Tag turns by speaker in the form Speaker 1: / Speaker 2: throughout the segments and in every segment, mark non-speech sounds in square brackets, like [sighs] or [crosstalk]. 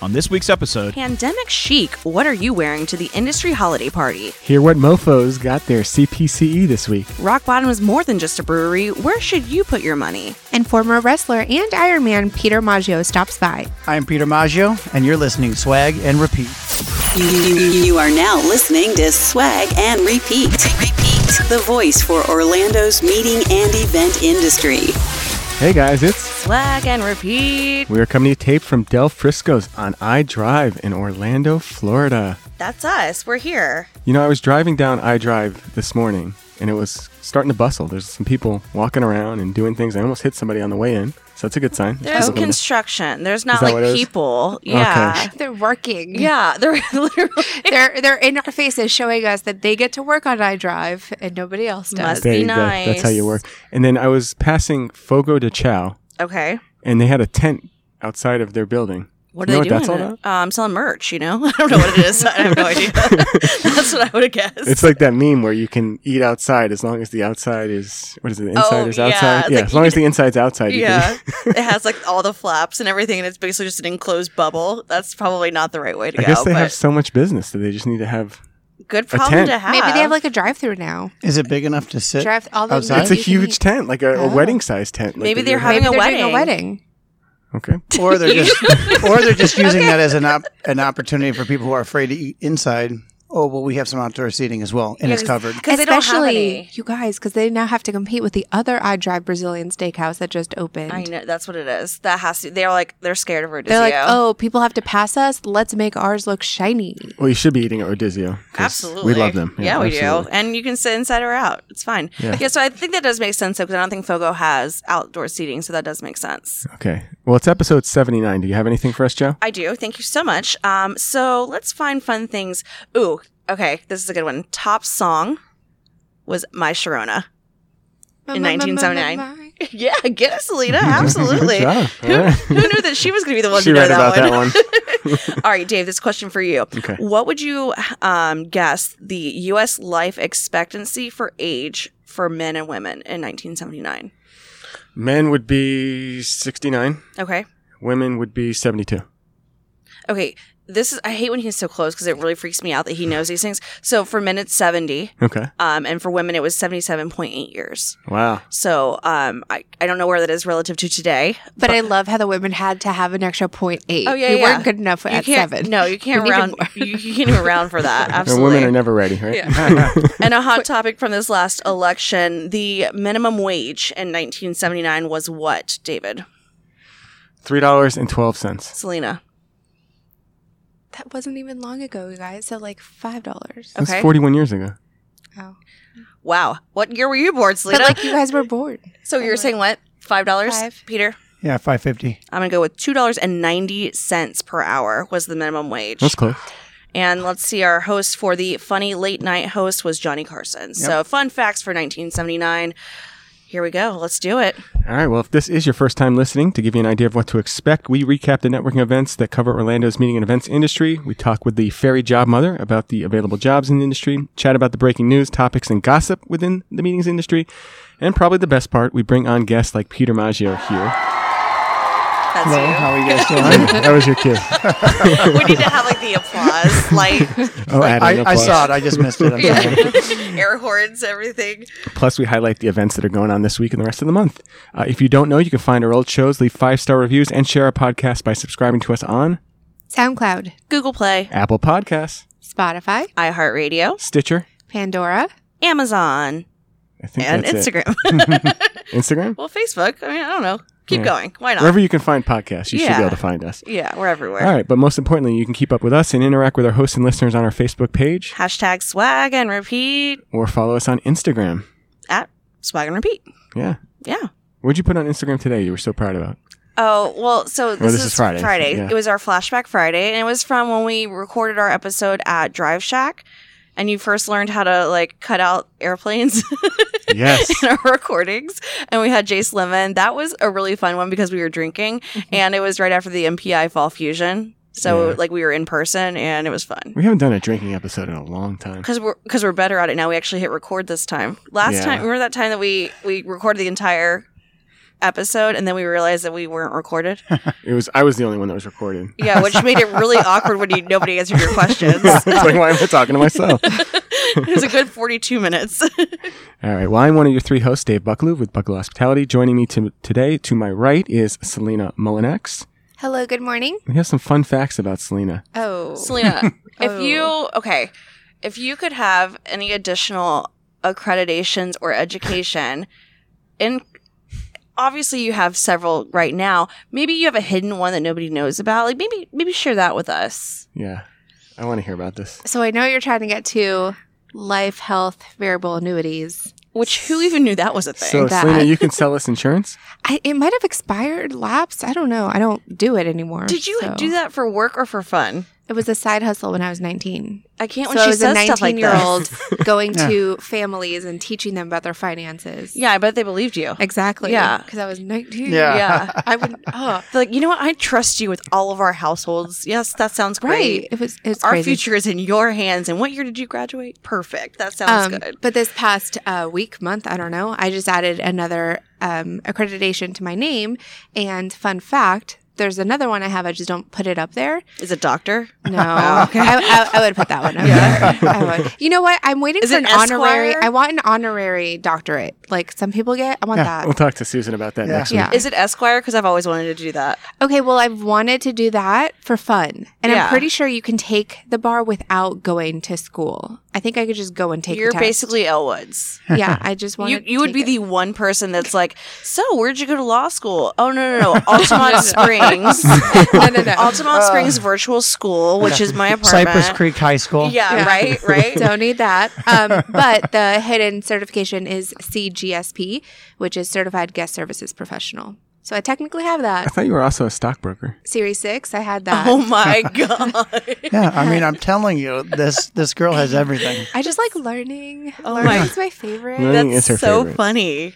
Speaker 1: On this week's episode,
Speaker 2: Pandemic chic. What are you wearing to the industry holiday party?
Speaker 3: Hear what mofos got their CPCE E this week.
Speaker 2: Rock Bottom is more than just a brewery. Where should you put your money?
Speaker 4: And former wrestler and Ironman Peter Maggio stops by.
Speaker 5: I'm Peter Maggio, and you're listening Swag and Repeat.
Speaker 6: You, you- you are now listening to Swag and Repeat. Repeat. The voice for Orlando's meeting and event industry.
Speaker 3: Hey guys, it's
Speaker 2: Swag and repeat.
Speaker 3: we are coming to you tape from Del Frisco's on I Drive in Orlando, Florida.
Speaker 2: That's us. We're here.
Speaker 3: You know, I was driving down I Drive this morning, and it was starting to bustle. There's some people walking around and doing things. I almost hit somebody on the way in, so that's a good sign.
Speaker 2: There's
Speaker 3: People-
Speaker 2: construction. There's not
Speaker 3: that what it
Speaker 2: like
Speaker 3: is?
Speaker 2: people. Yeah.
Speaker 4: They're working.
Speaker 2: Yeah. [laughs] They're literally
Speaker 4: [laughs] They're they're in our faces showing us that they get to work on iDrive and nobody else does.
Speaker 2: Must.
Speaker 3: there you
Speaker 2: nice.
Speaker 3: go. That's how you work. And then I was passing Fogo de Chao,
Speaker 2: Okay.
Speaker 3: and they had a tent outside of their building.
Speaker 2: What
Speaker 3: You
Speaker 2: are
Speaker 3: know
Speaker 2: they
Speaker 3: what that's
Speaker 2: doing?
Speaker 3: all
Speaker 2: Uh, I'm selling merch, you know? [laughs] I don't know what it is. I have no
Speaker 3: [laughs]
Speaker 2: idea. That's what I would have guessed.
Speaker 3: It's like that meme where you can eat outside as long as the outside is what is it? The inside
Speaker 2: Oh,
Speaker 3: is
Speaker 2: yeah,
Speaker 3: outside.
Speaker 2: it's
Speaker 3: Yeah,
Speaker 2: like
Speaker 3: as
Speaker 2: you
Speaker 3: long as
Speaker 2: can-
Speaker 3: the inside's outside. You
Speaker 2: yeah.
Speaker 3: Can,
Speaker 2: it has like all the flaps and everything, and it's basically just an enclosed bubble. That's probably not the right way to
Speaker 3: I
Speaker 2: go.
Speaker 3: guess they
Speaker 2: but
Speaker 3: have so much business that they just need to have.
Speaker 2: good
Speaker 3: a
Speaker 2: problem
Speaker 3: tent.
Speaker 2: to have.
Speaker 4: Maybe they have like a drive through now.
Speaker 5: Is it big enough to sit
Speaker 4: Drive all the
Speaker 5: outside?
Speaker 3: It's a
Speaker 4: You can
Speaker 3: huge
Speaker 4: eat-
Speaker 3: tent, like a,
Speaker 4: Oh.
Speaker 3: a wedding size tent. like
Speaker 2: Maybe
Speaker 3: that
Speaker 2: they're
Speaker 3: you have.
Speaker 4: Maybe
Speaker 2: having a
Speaker 4: they're doing a
Speaker 2: wedding.
Speaker 4: wedding.
Speaker 3: Okay.
Speaker 5: or they're just or they're just using that as an op- an opportunity for people who are afraid to eat inside. Oh well, we have some outdoor seating as well, and it's
Speaker 2: Yes.
Speaker 5: covered.
Speaker 2: 'Cause they don't have any.
Speaker 4: you guys, because they now have to compete with the other iDrive Brazilian steakhouse that just opened.
Speaker 2: I know that's what it is. That has to. They're like they're scared of Rodizio.
Speaker 4: They're like, oh, people have to pass us. Let's make ours look shiny.
Speaker 3: Well, you should be eating at Odizio. 'cause
Speaker 2: absolutely.
Speaker 3: We love them.
Speaker 2: Yeah, we do.
Speaker 3: absolutely.
Speaker 2: And you can sit inside or out. It's fine. Yeah.
Speaker 3: Yeah.
Speaker 2: so I think that does make sense because I don't think Fogo has outdoor seating, so that does make sense.
Speaker 3: Okay. Well, it's episode 79. Do you have anything for us, Joe?
Speaker 2: I do. Thank you so much. Um, so let's find fun things. Ooh, okay, this is a good one. Top song was My Sharona. [laughs] In 1979. yeah, get it,
Speaker 3: [laughs]
Speaker 2: Selena. Absolutely.
Speaker 3: Good job.
Speaker 2: Who,
Speaker 3: All right.
Speaker 2: who knew that she was going to be the one
Speaker 3: She
Speaker 2: to know
Speaker 3: read about that
Speaker 2: one?
Speaker 3: one.
Speaker 2: [laughs] All right, Dave, this question for you.
Speaker 3: Okay.
Speaker 2: What would you um, guess the U.S. life expectancy for age for men and women in 1979?
Speaker 3: Men would be 69.
Speaker 2: Okay.
Speaker 3: Women would be 72.
Speaker 2: Okay. This is, I hate when he's so close because it really freaks me out that he knows these things. So for men, it's 70.
Speaker 3: Okay.
Speaker 2: Um, and for women, it was 77.8 years.
Speaker 3: Wow.
Speaker 2: So um, I, I don't know where that is relative to today.
Speaker 4: But I love how the women had to have an extra point eight.
Speaker 2: Oh, yeah,
Speaker 4: we
Speaker 2: yeah.
Speaker 4: weren't good enough at
Speaker 2: can't,
Speaker 4: seven.
Speaker 2: No, you can't [laughs]
Speaker 4: [laughs] We needed
Speaker 2: round.
Speaker 4: more.
Speaker 2: You, you can't even round for that.
Speaker 3: [laughs] And
Speaker 2: Absolutely.
Speaker 3: women are never ready, right? [laughs]
Speaker 2: and a hot topic from this last election the minimum wage in 1979 was what david
Speaker 3: $3.12.
Speaker 2: selena
Speaker 4: That wasn't even long ago, you guys. So like five dollars.
Speaker 3: That's
Speaker 2: Okay.
Speaker 3: 41 years ago.
Speaker 4: Oh.
Speaker 2: wow what year were you born
Speaker 4: But
Speaker 2: selena
Speaker 4: like you guys were bored.
Speaker 2: so you're saying what five dollars
Speaker 4: Five.
Speaker 2: peter
Speaker 5: Yeah, five fifty.
Speaker 2: i'm gonna go with two dollars and 90 cents per hour was the minimum wage
Speaker 3: That's close.
Speaker 2: and let's see our host for the funny late night host was johnny carson so fun facts for 1979 here we go let's do it
Speaker 3: All right. Well, if this is your first time listening, to give you an idea of what to expect, we recap the networking events that cover Orlando's meeting and events industry. We talk with the fairy job mother about the available jobs in the industry, chat about the breaking news, topics, and gossip within the meetings industry. And probably the best part, we bring on guests like Peter Maggio here.
Speaker 2: that's
Speaker 5: Hello,
Speaker 2: you.
Speaker 5: how are
Speaker 2: [laughs]
Speaker 5: you guys doing?
Speaker 3: that was your cue.
Speaker 2: we need to have like the applause like
Speaker 3: Oh, adding
Speaker 5: I, I
Speaker 3: applause.
Speaker 5: saw it. I just missed it. I'm sorry.
Speaker 2: [laughs] air horns everything
Speaker 3: Plus, we highlight the events that are going on this week and the rest of the month. Uh, if you don't know, you can find our old shows, leave five star reviews, and share our podcast by subscribing to us on
Speaker 4: SoundCloud,
Speaker 2: google play
Speaker 3: Apple Podcasts,
Speaker 4: Spotify,
Speaker 2: iHeartRadio,
Speaker 3: Stitcher.
Speaker 4: Pandora.
Speaker 2: Amazon,
Speaker 3: I think
Speaker 2: and
Speaker 3: that's it.
Speaker 2: Instagram.
Speaker 3: [laughs]
Speaker 2: [laughs]
Speaker 3: Instagram.
Speaker 2: well, Facebook. I mean, I don't know. Keep
Speaker 3: Yeah.
Speaker 2: going. Why not?
Speaker 3: Wherever you can find podcasts, you should
Speaker 2: Yeah.
Speaker 3: be able to find us.
Speaker 2: yeah, we're everywhere.
Speaker 3: All right, but most importantly, you can keep up with us and interact with our hosts and listeners on our Facebook page
Speaker 2: Hashtag swag and repeat
Speaker 3: or follow us on Instagram.
Speaker 2: at swag and repeat.
Speaker 3: Yeah.
Speaker 2: Yeah.
Speaker 3: What'd you put on Instagram today you were so proud about?
Speaker 2: Oh, well, so this,
Speaker 3: this
Speaker 2: is,
Speaker 3: is Friday, yeah.
Speaker 2: It was our flashback Friday, and it was from when we recorded our episode at Drive Shack. And you first learned how to like cut out airplanes [laughs]
Speaker 3: Yes.
Speaker 2: in our recordings. And we had Jace Lemon. That was a really fun one because we were drinking, and it was right after the MPI Fall Fusion. So
Speaker 3: Mm-hmm. Yeah.
Speaker 2: like we were in person, and it was fun.
Speaker 3: [laughs] we haven't done a drinking episode in a long time.
Speaker 2: because we're because we're better at it now. We actually hit record this time. Last
Speaker 3: Yeah.
Speaker 2: time, remember that time that we we recorded the entire episode, and then we realized that we weren't recorded.
Speaker 3: It was I was the only one that was recorded. [laughs]
Speaker 2: Yeah, which made it really awkward when you nobody answered your questions.
Speaker 3: it's like why am I talking to myself?
Speaker 2: [laughs] it was a good 42 minutes.
Speaker 3: All right. Well, I'm one of your three hosts, Dave Bucklew with Bucklew Hospitality. Joining me to, today, to my right, is Selena Mullinax.
Speaker 4: Hello, good morning.
Speaker 3: We have some fun facts about Selena.
Speaker 4: Oh, [laughs]
Speaker 2: Selena, if
Speaker 4: Oh.
Speaker 2: you okay, if you could have any additional accreditations or education, and obviously you have several right now, maybe you have a hidden one that nobody knows about. Like maybe maybe share that with us.
Speaker 3: Yeah, I want to hear about this.
Speaker 4: so I know you're trying to get to life, health, variable annuities.
Speaker 2: Which who even knew that was a thing?
Speaker 3: So,
Speaker 4: that.
Speaker 3: Selena, you can sell us insurance.
Speaker 4: I, it might have expired, lapsed. I don't know. I don't do it anymore.
Speaker 2: Did you
Speaker 4: so-
Speaker 2: do that for work or for fun?
Speaker 4: It was a side hustle when I was 19.
Speaker 2: I can't
Speaker 4: So
Speaker 2: when
Speaker 4: I
Speaker 2: she
Speaker 4: was a
Speaker 2: says stuff like
Speaker 4: 19 year
Speaker 2: that.
Speaker 4: old
Speaker 2: [laughs]
Speaker 4: going
Speaker 5: Yeah.
Speaker 4: to families and teaching them about their finances.
Speaker 2: Yeah, I bet they believed you.
Speaker 4: [laughs] Exactly.
Speaker 2: Yeah.
Speaker 4: Because I was 19.
Speaker 5: Yeah.
Speaker 2: Yeah.
Speaker 4: I wouldn't. Oh,
Speaker 2: They're like, you know what? I trust you with all of our households. Yes, that sounds great.
Speaker 4: right. It was, it was
Speaker 2: Our
Speaker 4: crazy.
Speaker 2: future is in your hands. And what year did you graduate? Perfect. That sounds
Speaker 4: Um,
Speaker 2: good.
Speaker 4: But this past uh, week, month, I don't know, I just added another um, accreditation to my name. And fun fact, there's another one I have. I just don't put it up there.
Speaker 2: Is it doctor? [laughs]
Speaker 4: No,
Speaker 2: Oh,
Speaker 4: I, I, I would put that one up there. I would. You know what? I'm waiting
Speaker 2: Is
Speaker 4: for
Speaker 2: it
Speaker 4: an honorary.
Speaker 2: Esquire?
Speaker 4: I want an honorary doctorate, like some people get. I want
Speaker 3: Yeah,
Speaker 4: that.
Speaker 2: Oh,
Speaker 3: we'll talk to Susan about that
Speaker 5: Yeah.
Speaker 3: next week.
Speaker 4: Yeah.
Speaker 2: Is it Esquire? Because I've always wanted to do that.
Speaker 4: Okay, well, I've wanted to do that for fun. And
Speaker 2: Yeah.
Speaker 4: I'm pretty sure you can take the bar without going to school. I think I could just go and take
Speaker 2: You're
Speaker 4: the test.
Speaker 2: basically Elwoods.
Speaker 4: [laughs] Yeah, I just want
Speaker 2: You you would be the one person that's like, so where'd you go to law school? Oh no no
Speaker 4: [laughs]
Speaker 2: no, Altamont Springs,
Speaker 4: no,
Speaker 2: [laughs]
Speaker 4: [laughs] no, no.
Speaker 2: Altamont Springs Virtual School, which is my apartment.
Speaker 5: Cypress Creek High School.
Speaker 2: Yeah,
Speaker 4: Yeah.
Speaker 2: right,
Speaker 4: [laughs]
Speaker 2: right.
Speaker 4: Don't need that. Um, but the hidden certification is CGSP, which is Certified Guest Services Professional. So I technically have
Speaker 3: I
Speaker 4: that.
Speaker 3: thought you were also a stockbroker.
Speaker 4: Series 6, I had that.
Speaker 2: oh my god.
Speaker 5: Yeah, I mean, I'm telling you, this this girl has everything.
Speaker 4: I just like learning.
Speaker 2: Oh
Speaker 4: learning
Speaker 2: my-
Speaker 4: is my favorite.
Speaker 3: Learning is her
Speaker 2: That's so
Speaker 3: favorite.
Speaker 2: funny.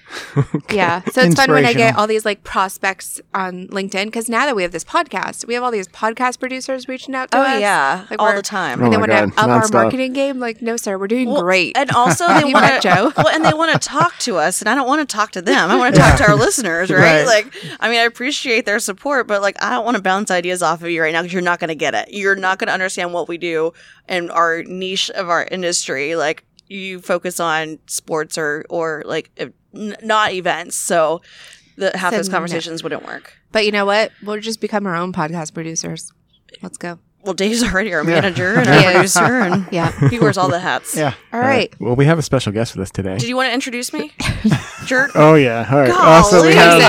Speaker 3: [laughs]
Speaker 4: Yeah. So it's fun when I get
Speaker 5: Inspirational.
Speaker 4: all these like prospects on LinkedIn because now that we have this podcast, we have all these podcast producers reaching out to
Speaker 2: Oh
Speaker 4: us.
Speaker 2: yeah,
Speaker 4: Like,
Speaker 2: all
Speaker 4: we're-
Speaker 2: the time.
Speaker 3: Oh
Speaker 4: And they
Speaker 3: my
Speaker 4: want to up
Speaker 3: God,
Speaker 4: our
Speaker 3: nonstop.
Speaker 4: marketing game. Like, no, sir, we're doing
Speaker 2: Well,
Speaker 4: great.
Speaker 2: And also they
Speaker 4: You
Speaker 2: want
Speaker 4: met Joe?
Speaker 2: to well, and they want to talk to us, and I don't want to talk to them. I want to talk to our listeners, right?
Speaker 5: Right.
Speaker 2: Like, I mean, I appreciate their support, but like, I don't want to bounce ideas off of you right now because you're not going to get it. You're not going to understand what we do and our niche of our industry. Like, you focus on sports or or like if- n- not events, so the, half
Speaker 4: So
Speaker 2: those
Speaker 4: no.
Speaker 2: conversations wouldn't work.
Speaker 4: but you know what? We'll just become our own podcast producers. Let's go.
Speaker 2: Well, Dave's already our
Speaker 5: Yeah.
Speaker 2: manager and our
Speaker 4: He is.
Speaker 2: producer, and
Speaker 4: [laughs]
Speaker 3: [laughs]
Speaker 4: Yeah.
Speaker 2: he wears all the hats.
Speaker 5: Yeah.
Speaker 3: All
Speaker 4: All right.
Speaker 3: Well, we have a special guest with us today.
Speaker 2: Did you want to introduce me, jerk?
Speaker 3: oh yeah. All right. Also, we have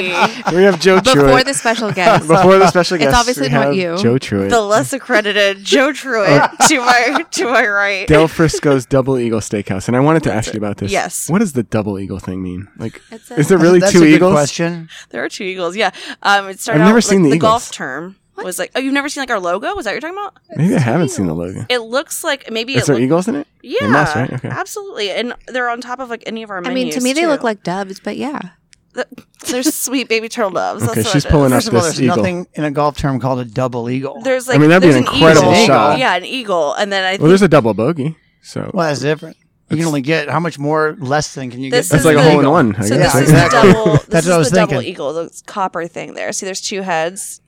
Speaker 2: Golly.
Speaker 3: we have Joe
Speaker 4: Before
Speaker 3: Truitt.
Speaker 4: [laughs]
Speaker 3: [laughs]
Speaker 4: the special guest.
Speaker 3: Before the special
Speaker 4: It's
Speaker 3: guest,
Speaker 4: obviously
Speaker 3: we
Speaker 4: not
Speaker 3: have
Speaker 4: you.
Speaker 3: Joe Truitt.
Speaker 2: the less accredited Joe Truitt to my to my right.
Speaker 3: [laughs] Uh, Del Frisco's Double Eagle Steakhouse, and I wanted to ask you about this.
Speaker 2: Yes.
Speaker 3: What does the double eagle thing mean? Like,
Speaker 4: It's a-
Speaker 3: is there really
Speaker 5: That's
Speaker 3: two
Speaker 5: a good
Speaker 3: eagles?
Speaker 5: question.
Speaker 2: There are two eagles. Yeah. Um, it started
Speaker 3: I've never
Speaker 2: out,
Speaker 3: seen
Speaker 2: like,
Speaker 3: the
Speaker 2: the golf
Speaker 3: eagles.
Speaker 2: term was like. Oh, you've never seen like our logo? Was that what you're talking about?
Speaker 3: Maybe I haven't seen the logo.
Speaker 2: It looks like maybe
Speaker 3: Is
Speaker 2: it
Speaker 3: there
Speaker 2: look-
Speaker 3: eagles in it?
Speaker 2: Yeah,
Speaker 3: must, right? Okay.
Speaker 2: absolutely. And they're on top of like any of our.
Speaker 4: I mean, to
Speaker 2: menus,
Speaker 4: me, they
Speaker 2: too.
Speaker 4: look like doves, but yeah.
Speaker 2: Th- they're sweet baby turtle doves.
Speaker 3: Okay,
Speaker 2: That's
Speaker 3: she's
Speaker 2: what it
Speaker 3: pulling
Speaker 2: is.
Speaker 3: up
Speaker 5: First of all,
Speaker 3: this
Speaker 5: there's
Speaker 3: eagle.
Speaker 5: nothing in a golf term called a double eagle.
Speaker 2: There's
Speaker 3: I
Speaker 2: like
Speaker 3: mean, that'd be
Speaker 2: there's
Speaker 3: an incredible
Speaker 2: eagle.
Speaker 5: shot.
Speaker 2: Yeah, an eagle, and then I think
Speaker 3: Well, there's a double bogey, so
Speaker 5: well, that's different. You can only get how much more less than can you
Speaker 2: This
Speaker 5: get?
Speaker 3: that's
Speaker 2: is
Speaker 5: than
Speaker 3: like a
Speaker 5: an
Speaker 2: the-
Speaker 3: hole in one.
Speaker 5: eagle?
Speaker 3: I
Speaker 2: So this
Speaker 3: guess,
Speaker 5: Yeah,
Speaker 3: right? [laughs]
Speaker 2: is the
Speaker 5: exactly.
Speaker 2: double. This
Speaker 5: That's
Speaker 2: is
Speaker 5: what I was
Speaker 2: the double
Speaker 5: thinking.
Speaker 2: eagle, the copper thing there. See, there's two heads.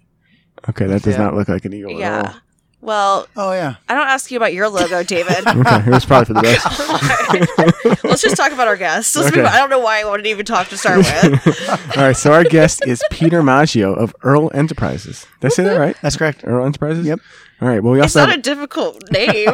Speaker 3: Okay, that does
Speaker 5: Yeah.
Speaker 3: not look like an eagle at
Speaker 2: Yeah.
Speaker 3: all.
Speaker 2: Well,
Speaker 5: Oh yeah.
Speaker 2: I don't ask you about your logo,
Speaker 5: [laughs]
Speaker 2: David.
Speaker 3: Okay, it was probably for the best.
Speaker 2: Let's just talk about our guests. Let's
Speaker 3: Okay.
Speaker 2: move on. I don't know why I wanted to even talk to start
Speaker 5: [laughs]
Speaker 2: with.
Speaker 3: All right, so our guest is Peter Maggio of Earl Enterprises. Did I say that right?
Speaker 5: That's correct.
Speaker 3: Earl Enterprises.
Speaker 5: Yep.
Speaker 3: All right. Well, we
Speaker 2: It's
Speaker 3: also
Speaker 2: not a
Speaker 3: have,
Speaker 2: difficult name.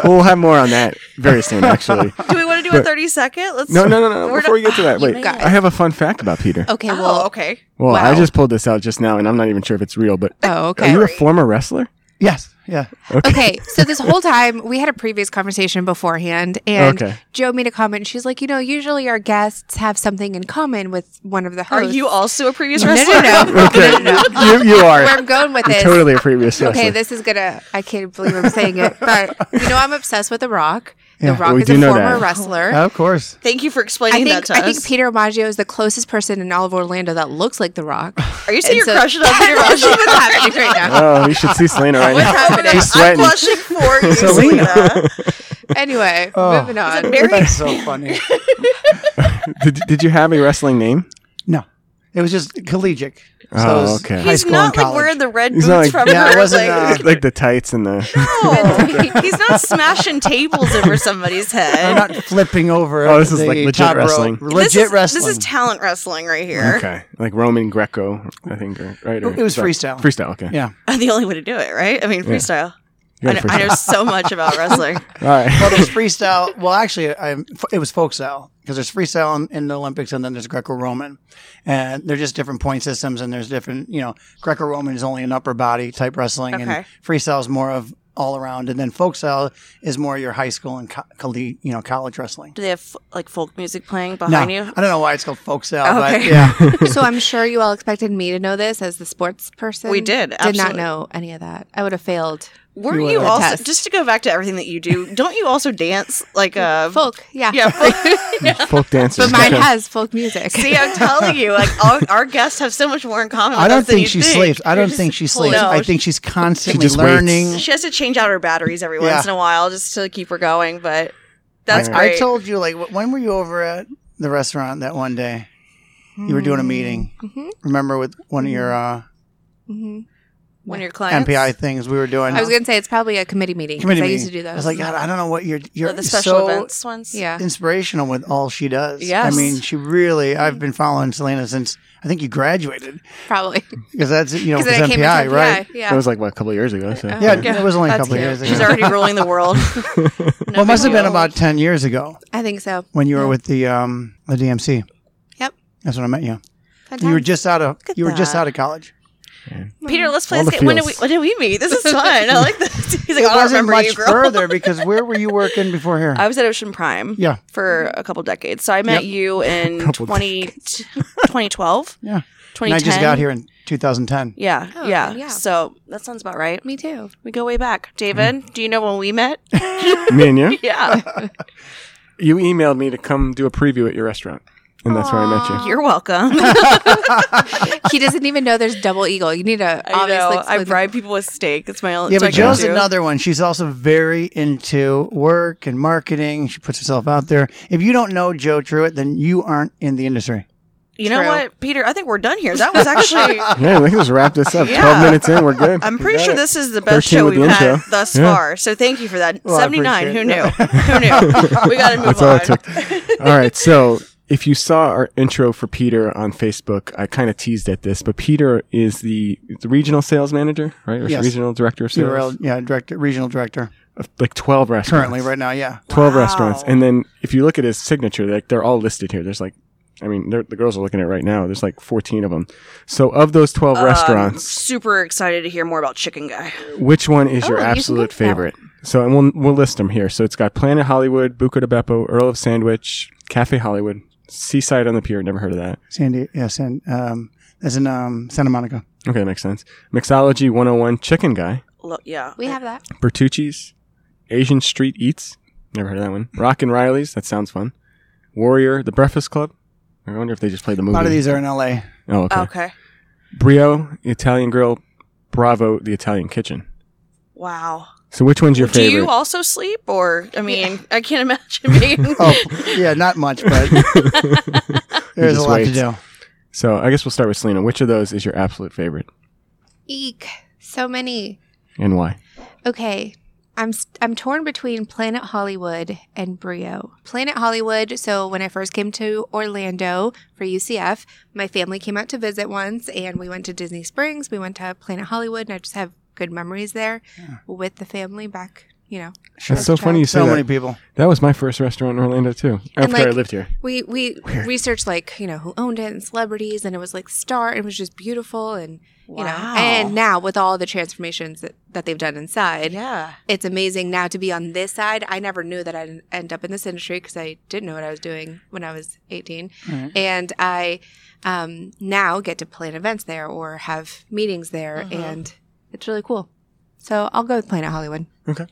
Speaker 5: [laughs]
Speaker 3: we'll have more on that very soon,
Speaker 4: [laughs]
Speaker 3: actually.
Speaker 2: [laughs] do we want to do a 30 second? Let's
Speaker 3: No, no, no, no.
Speaker 2: We're
Speaker 3: Before we get to that, wait.
Speaker 4: got it.
Speaker 3: I have a fun fact about Peter.
Speaker 4: Okay,
Speaker 2: Oh,
Speaker 4: well,
Speaker 2: okay.
Speaker 3: Well, I
Speaker 4: Wow.
Speaker 3: just pulled this out just now, and I'm not even sure if it's real. But
Speaker 4: oh,
Speaker 3: are
Speaker 4: okay.
Speaker 3: you a former wrestler?
Speaker 5: Yes. Yeah.
Speaker 4: Okay, so this whole time we had a previous conversation beforehand, and
Speaker 3: Okay.
Speaker 4: Joe made a comment. and She's like, you know, usually our guests have something in common with one of the
Speaker 2: Are
Speaker 4: hosts.
Speaker 2: you also a previous
Speaker 4: No, no,
Speaker 2: wrestler? [laughs]
Speaker 4: [laughs] no.
Speaker 3: Okay, you, you
Speaker 4: Where
Speaker 3: are
Speaker 4: I'm going with this?
Speaker 3: totally a previous wrestler.
Speaker 4: okay, this is gonna. I can't believe I'm saying it, but you know, I'm obsessed with The Rock. The
Speaker 5: Yeah,
Speaker 4: Rock
Speaker 3: we
Speaker 4: is
Speaker 3: do
Speaker 4: a
Speaker 3: know
Speaker 4: former
Speaker 3: that. Oh.
Speaker 4: wrestler.
Speaker 5: of course.
Speaker 2: Thank you for
Speaker 4: I
Speaker 2: explaining
Speaker 4: think
Speaker 2: that to
Speaker 4: I think
Speaker 2: us.
Speaker 4: Peter Maggio is the closest person in all of Orlando that looks like
Speaker 2: [laughs]
Speaker 4: The Rock. [laughs]
Speaker 2: Are you saying
Speaker 4: And
Speaker 2: you're
Speaker 4: so-
Speaker 2: crushing on [laughs] Peter
Speaker 4: That's
Speaker 2: Ross?
Speaker 4: what's happening right now.
Speaker 3: oh, you should see Selena right now.
Speaker 4: happening?
Speaker 3: She's
Speaker 2: I'm
Speaker 3: sweating.
Speaker 2: blushing for you, Selena.
Speaker 4: Anyway,
Speaker 5: Oh.
Speaker 4: moving on.
Speaker 5: That's so
Speaker 2: [laughs]
Speaker 5: funny.
Speaker 3: Did, did you have a wrestling name?
Speaker 5: No, it was just collegiate. So
Speaker 3: Oh,
Speaker 5: it was
Speaker 3: okay.
Speaker 5: High
Speaker 2: He's
Speaker 5: school
Speaker 2: not
Speaker 5: and
Speaker 2: like
Speaker 5: college.
Speaker 2: wearing the red
Speaker 3: He's
Speaker 2: boots
Speaker 3: not like-
Speaker 2: from
Speaker 5: Yeah, I
Speaker 2: her.
Speaker 5: wasn't,
Speaker 2: like,
Speaker 5: uh,
Speaker 3: Like the tights and the.
Speaker 2: [laughs] no. [laughs] he's not smashing tables over somebody's head.
Speaker 5: [laughs] I'm not flipping over.
Speaker 3: Oh, this is
Speaker 5: the
Speaker 3: like legit
Speaker 5: top rope.
Speaker 3: wrestling.
Speaker 5: Legit
Speaker 2: this is,
Speaker 5: wrestling.
Speaker 2: This is talent wrestling right here.
Speaker 3: Okay. Like Roman Greco, I think. Or, right, or-
Speaker 5: It was
Speaker 3: sorry.
Speaker 5: freestyle.
Speaker 3: Freestyle, okay.
Speaker 5: yeah.
Speaker 2: [laughs] The only way to do it, right? I mean, freestyle.
Speaker 3: You
Speaker 2: I,
Speaker 3: got
Speaker 2: know, I know
Speaker 3: freestyle.
Speaker 2: so much
Speaker 5: [laughs]
Speaker 2: about wrestling.
Speaker 3: All right.
Speaker 5: Well, there's freestyle. Well, actually, I, it was folk style because there's freestyle in, in the Olympics, and then there's Greco-Roman, and they're just different point systems, and there's different. You know, Greco-Roman is only an upper body type wrestling, and
Speaker 2: Okay.
Speaker 5: freestyle is more of all around, and then folk style is more your high school and co- colle- you know college wrestling.
Speaker 2: Do they have like folk music playing
Speaker 5: No, I
Speaker 2: behind you?
Speaker 5: don't know why it's called folk style,
Speaker 2: Oh,
Speaker 5: but
Speaker 2: okay. [laughs]
Speaker 5: yeah,
Speaker 4: [laughs] so I'm sure you all expected me to know this as the sports person.
Speaker 2: We did,
Speaker 4: Did not
Speaker 2: absolutely.
Speaker 4: know any of that. I would have failed.
Speaker 2: Were
Speaker 5: You
Speaker 2: you,
Speaker 5: were.
Speaker 2: also
Speaker 4: Test.
Speaker 2: just to go back to everything that you
Speaker 5: [laughs]
Speaker 2: do? Don't you also dance like a
Speaker 4: [laughs] Folk, yeah.
Speaker 2: Yeah, folk-
Speaker 3: [laughs] Folk dancers.
Speaker 4: [laughs] But
Speaker 5: [laughs]
Speaker 4: mine
Speaker 3: Okay.
Speaker 4: has folk music.
Speaker 2: see, I'm telling you, like all, our guests have so much more in common. With
Speaker 5: I don't
Speaker 2: us than
Speaker 5: think
Speaker 2: you
Speaker 5: she
Speaker 2: think.
Speaker 5: sleeps. I don't
Speaker 4: just
Speaker 5: think she
Speaker 4: full-
Speaker 5: sleeps.
Speaker 2: No,
Speaker 5: I think she's constantly
Speaker 3: just waits.
Speaker 5: learning.
Speaker 2: She has to change out her batteries every
Speaker 5: Yeah.
Speaker 2: once in a while just to keep her going. But that's
Speaker 3: I-
Speaker 2: great.
Speaker 5: I told you, like, wh- when were you over at the restaurant that one day? You were doing a meeting.
Speaker 4: Mhm.
Speaker 5: Remember with one of your uh,
Speaker 4: hmm
Speaker 2: when your Mm-hmm. clients
Speaker 5: MPI things we were doing?
Speaker 4: I was going to say it's probably a committee meeting. 'cause
Speaker 5: Committee
Speaker 4: I used to
Speaker 5: meeting.
Speaker 4: do those.
Speaker 5: I was like, God, I don't know what you're. You're
Speaker 2: Oh, the, the special
Speaker 5: so
Speaker 2: events ones.
Speaker 4: yeah.
Speaker 5: inspirational with all she does.
Speaker 2: Yes. Mm-hmm.
Speaker 5: I mean, she really. I've been following Selena since I think you graduated
Speaker 4: Probably.
Speaker 5: because that's you know
Speaker 4: 'Cause
Speaker 5: because
Speaker 4: I
Speaker 5: MPI,
Speaker 4: came into
Speaker 5: right?
Speaker 4: MPI, Yeah.
Speaker 3: That was like, what, a couple of years ago? So.
Speaker 2: Oh,
Speaker 4: Uh,
Speaker 5: Yeah,
Speaker 4: Yeah.
Speaker 5: it was only a
Speaker 4: That's
Speaker 5: couple of
Speaker 4: cute.
Speaker 5: years ago.
Speaker 2: She's already ruling the
Speaker 5: [laughs]
Speaker 2: world. No
Speaker 5: well, it must have
Speaker 2: big
Speaker 5: been
Speaker 2: deal.
Speaker 5: about ten years ago
Speaker 4: I think so.
Speaker 5: when you were with the um the DMC.
Speaker 4: Yep.
Speaker 5: That's when I met you.
Speaker 4: Fantastic.
Speaker 5: You were just out of
Speaker 2: at
Speaker 5: you were just
Speaker 2: that.
Speaker 5: out of college.
Speaker 2: Peter, let's play
Speaker 3: All
Speaker 2: this
Speaker 3: the
Speaker 2: game. When did we
Speaker 3: feels.
Speaker 2: when did we meet? This is fun. I like this. [laughs] He's like, "Oh, I
Speaker 5: it
Speaker 2: don't
Speaker 5: wasn't
Speaker 2: remember
Speaker 5: much
Speaker 2: you, girl.
Speaker 5: further because where were you working before here?
Speaker 2: [laughs] I was at Ocean Prime
Speaker 5: yeah,
Speaker 2: for a couple decades. So I met
Speaker 5: Yep.
Speaker 2: you
Speaker 5: [laughs]
Speaker 2: in
Speaker 3: Couple
Speaker 2: 20, 2012,
Speaker 5: yeah.
Speaker 2: 2010.
Speaker 5: [laughs] And I just got here in 2010.
Speaker 2: Yeah,
Speaker 4: Oh,
Speaker 2: yeah,
Speaker 4: yeah.
Speaker 2: So that sounds about right.
Speaker 4: Me too.
Speaker 2: We go way back. David,
Speaker 5: Mm.
Speaker 2: do you know when we
Speaker 5: [laughs]
Speaker 2: met?
Speaker 3: [laughs] Me and you?
Speaker 2: yeah.
Speaker 3: You emailed me to come do a preview at your restaurant. And that's where I met you.
Speaker 2: You're
Speaker 5: [laughs]
Speaker 2: welcome.
Speaker 4: He doesn't even know there's double eagle. You need to
Speaker 2: [laughs] I know.
Speaker 4: obviously
Speaker 2: I
Speaker 4: explain
Speaker 2: bribe people with steak. That's my only.
Speaker 5: Yeah,
Speaker 2: that's
Speaker 5: but
Speaker 2: what I can
Speaker 5: Joe's
Speaker 2: do.
Speaker 5: another one. She's also very into work and marketing. She puts herself out there. If you don't know Joe Truitt, then you aren't in the industry.
Speaker 2: You know
Speaker 4: True.
Speaker 2: what, Peter? I think we're done here. That was
Speaker 5: [laughs]
Speaker 2: actually.
Speaker 3: Yeah, we can just wrap this up. 12 minutes in, we're [laughs] good.
Speaker 2: I'm
Speaker 3: We
Speaker 2: pretty
Speaker 3: got
Speaker 2: sure
Speaker 3: it.
Speaker 2: this is the best
Speaker 3: 13
Speaker 2: show
Speaker 3: with the
Speaker 2: we've had
Speaker 3: intro.
Speaker 2: thus
Speaker 3: Yeah.
Speaker 2: far. So thank you for that.
Speaker 5: Well, I
Speaker 2: 79. Who
Speaker 5: appreciate
Speaker 2: knew?
Speaker 4: [laughs]
Speaker 5: it.
Speaker 2: Who knew? We got to move
Speaker 3: That's all
Speaker 2: on.
Speaker 3: it took. All right. So if you saw our intro for Peter on Facebook, I kind of teased at this, but Peter is the, the regional sales manager, right? Or
Speaker 5: Yes.
Speaker 3: regional director of
Speaker 5: You're
Speaker 3: sales.
Speaker 5: a- yeah, director, regional director
Speaker 3: Of, Like 12 restaurants.
Speaker 5: currently right now. Yeah,
Speaker 3: 12 restaurants.
Speaker 2: Wow.
Speaker 3: And then if you look at his signature, like they're all listed here. There's like, I mean, they're- the girls are looking at it right now. There's like 14 of them. So of those
Speaker 4: Um,
Speaker 3: 12 restaurants,
Speaker 2: Um, Super excited to hear more about Chicken Guy.
Speaker 3: which one is your
Speaker 4: Oh, you should
Speaker 3: absolute
Speaker 4: know that.
Speaker 3: favorite? So and we'll, we'll list them here. So it's got Planet Hollywood, Buca de Beppo, Earl of Sandwich, Cafe Hollywood, Seaside on the Pier. Never heard of that.
Speaker 5: Sandy. Yeah, San, um, that's in um, Santa Monica.
Speaker 3: Okay, makes sense. Mixology 101, Chicken Guy,
Speaker 2: Lo- yeah.
Speaker 4: We have that.
Speaker 3: Bertucci's, Asian Street Eats. Never heard of that one. Rock and Riley's. That sounds fun. Warrior, The Breakfast Club. I wonder if they just played the
Speaker 5: A
Speaker 3: movie.
Speaker 5: lot of these are in LA.
Speaker 3: Oh, okay.
Speaker 2: okay.
Speaker 3: Brio, the Italian Grill, Bravo, the Italian Kitchen.
Speaker 2: Wow.
Speaker 3: So which one's your
Speaker 2: Do
Speaker 3: favorite?
Speaker 2: you also sleep? Or, I mean, I can't imagine
Speaker 3: [laughs]
Speaker 2: being. [laughs]
Speaker 5: Oh, [laughs] yeah, not much, but there's a
Speaker 3: just
Speaker 5: lot
Speaker 3: waits.
Speaker 5: to do.
Speaker 3: so I guess we'll start with Selena. Which of those is your absolute favorite
Speaker 4: Eek. So many.
Speaker 3: and why?
Speaker 4: Okay. I'm st- I'm torn between Planet Hollywood and Brio. Planet Hollywood, so when I first came to Orlando for UCF, my family came out to visit once and we went to Disney Springs, we went to Planet Hollywood and I just have good memories there with the family back, you know.
Speaker 3: That's so funny you say
Speaker 5: So
Speaker 3: that.
Speaker 5: many people.
Speaker 3: that was my first restaurant in Orlando too. After
Speaker 4: And, like,
Speaker 3: I
Speaker 2: [laughs]
Speaker 3: lived here.
Speaker 4: We we researched like, you know, who owned it and celebrities and it was like star it was just beautiful and you
Speaker 2: Wow.
Speaker 4: know. And now with all the transformations that, that they've done inside.
Speaker 2: yeah.
Speaker 4: it's amazing now to be on this side. I never knew that I'd end up in this industry because I didn't know what I was doing when I was 18. And I um, now get to plan events there or have meetings there, and it's really cool. So I'll go with Planet Hollywood.
Speaker 3: Okay.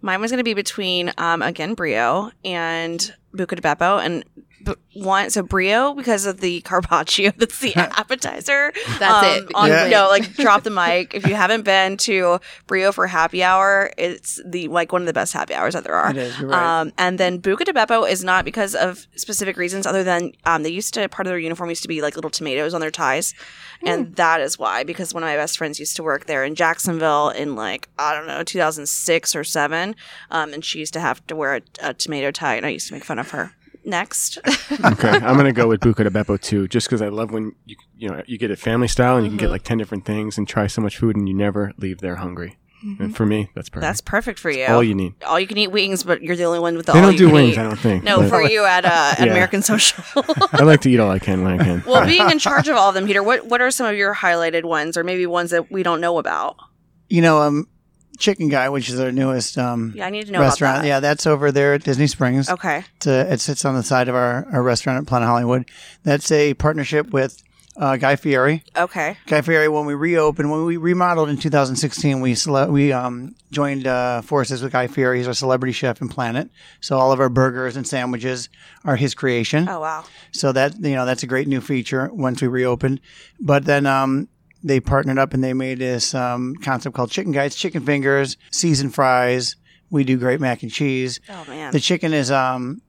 Speaker 2: Mine was going to be between, um, again, Brio and Buca de Beppo. And b- want so brio because of the [laughs] carpaccio. That's
Speaker 3: [laughs]
Speaker 2: the appetizer.
Speaker 4: That's it.
Speaker 2: Um, On,
Speaker 5: Yeah.
Speaker 2: No,
Speaker 4: [laughs]
Speaker 2: like drop the mic. If you haven't been to brio for happy hour, it's the like one of the best happy hours that there are.
Speaker 5: It is, you're right.
Speaker 2: Um, and then Buca de Beppo is not because of specific reasons other than um, they used to part of their uniform used to be like little tomatoes on their ties,
Speaker 4: Hmm.
Speaker 2: and that is why. Because one of my best friends used to work there in Jacksonville in like I don't know 2006 or seven, um, and she used to have to wear a, a tomato tie, and I used to make fun of her. Next,
Speaker 3: Okay, I'm gonna go with Buca de Beppo too, just because I love when you you know you get it family style and you can
Speaker 2: Mm-hmm.
Speaker 3: get like ten different things and try so much food and you never leave there hungry. And for me, that's perfect.
Speaker 2: Mm-hmm. that's perfect for you.
Speaker 3: all you need.
Speaker 2: All you can eat wings, but you're the only one with the
Speaker 3: They
Speaker 2: all
Speaker 3: don't
Speaker 2: you
Speaker 3: do
Speaker 2: can
Speaker 3: wings,
Speaker 2: eat.
Speaker 3: I don't think.
Speaker 2: No,
Speaker 3: but [laughs]
Speaker 2: for you at, uh, at
Speaker 3: Yeah.
Speaker 2: American
Speaker 5: [laughs]
Speaker 2: Social.
Speaker 3: I like to eat all I can when I can.
Speaker 2: Well, being in charge of all of them, Peter, what what are some of your highlighted ones, or maybe ones that we don't know about?
Speaker 5: You know, um, Chicken Guy, which is their newest um
Speaker 2: Yeah, I need to know
Speaker 5: restaurant.
Speaker 2: about that.
Speaker 5: Yeah, that's over there at Disney Springs.
Speaker 2: Okay.
Speaker 5: It's a- it sits on the side of our, our restaurant at Planet Hollywood. That's a partnership with uh, Guy Fieri.
Speaker 2: Okay.
Speaker 5: Guy Fieri, when we reopened, when we remodeled in 2016, we cele- we um, joined uh, forces with Guy Fieri. He's our celebrity chef in Planet. So all of our burgers and sandwiches are his creation.
Speaker 2: Oh wow.
Speaker 5: So that you know that's a great new feature once we reopened. But then um, they partnered up and they made this um, concept called Chicken Guys, chicken fingers, seasoned fries. We do great mac and cheese.
Speaker 2: Oh man.
Speaker 5: The chicken is um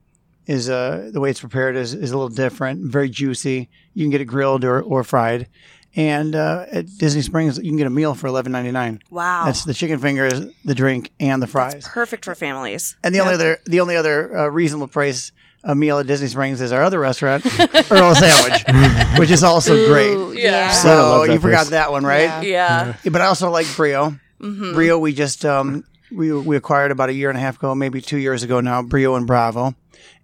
Speaker 5: is uh the way it's prepared is, is a little different, very juicy. You can get it grilled or, or fried. And uh, at Disney Springs, you can get a meal for eleven ninety nine.
Speaker 2: wow.
Speaker 5: That's the chicken fingers, the drink, and the fries.
Speaker 2: Perfect for families.
Speaker 5: And the only other the only other uh, reasonable price a meal at Disney Springs is our other restaurant, [laughs]
Speaker 4: [laughs]
Speaker 5: Earl Sandwich, which is also
Speaker 4: Ooh,
Speaker 5: great.
Speaker 4: yeah.
Speaker 5: So
Speaker 3: I love that
Speaker 5: you forgot
Speaker 3: place.
Speaker 5: that one, right?
Speaker 4: Yeah.
Speaker 2: Yeah.
Speaker 5: But I also like Brio.
Speaker 2: hmm
Speaker 5: Brio, we just um, we we acquired about a year and a half ago, maybe two years ago now. Brio and Bravo,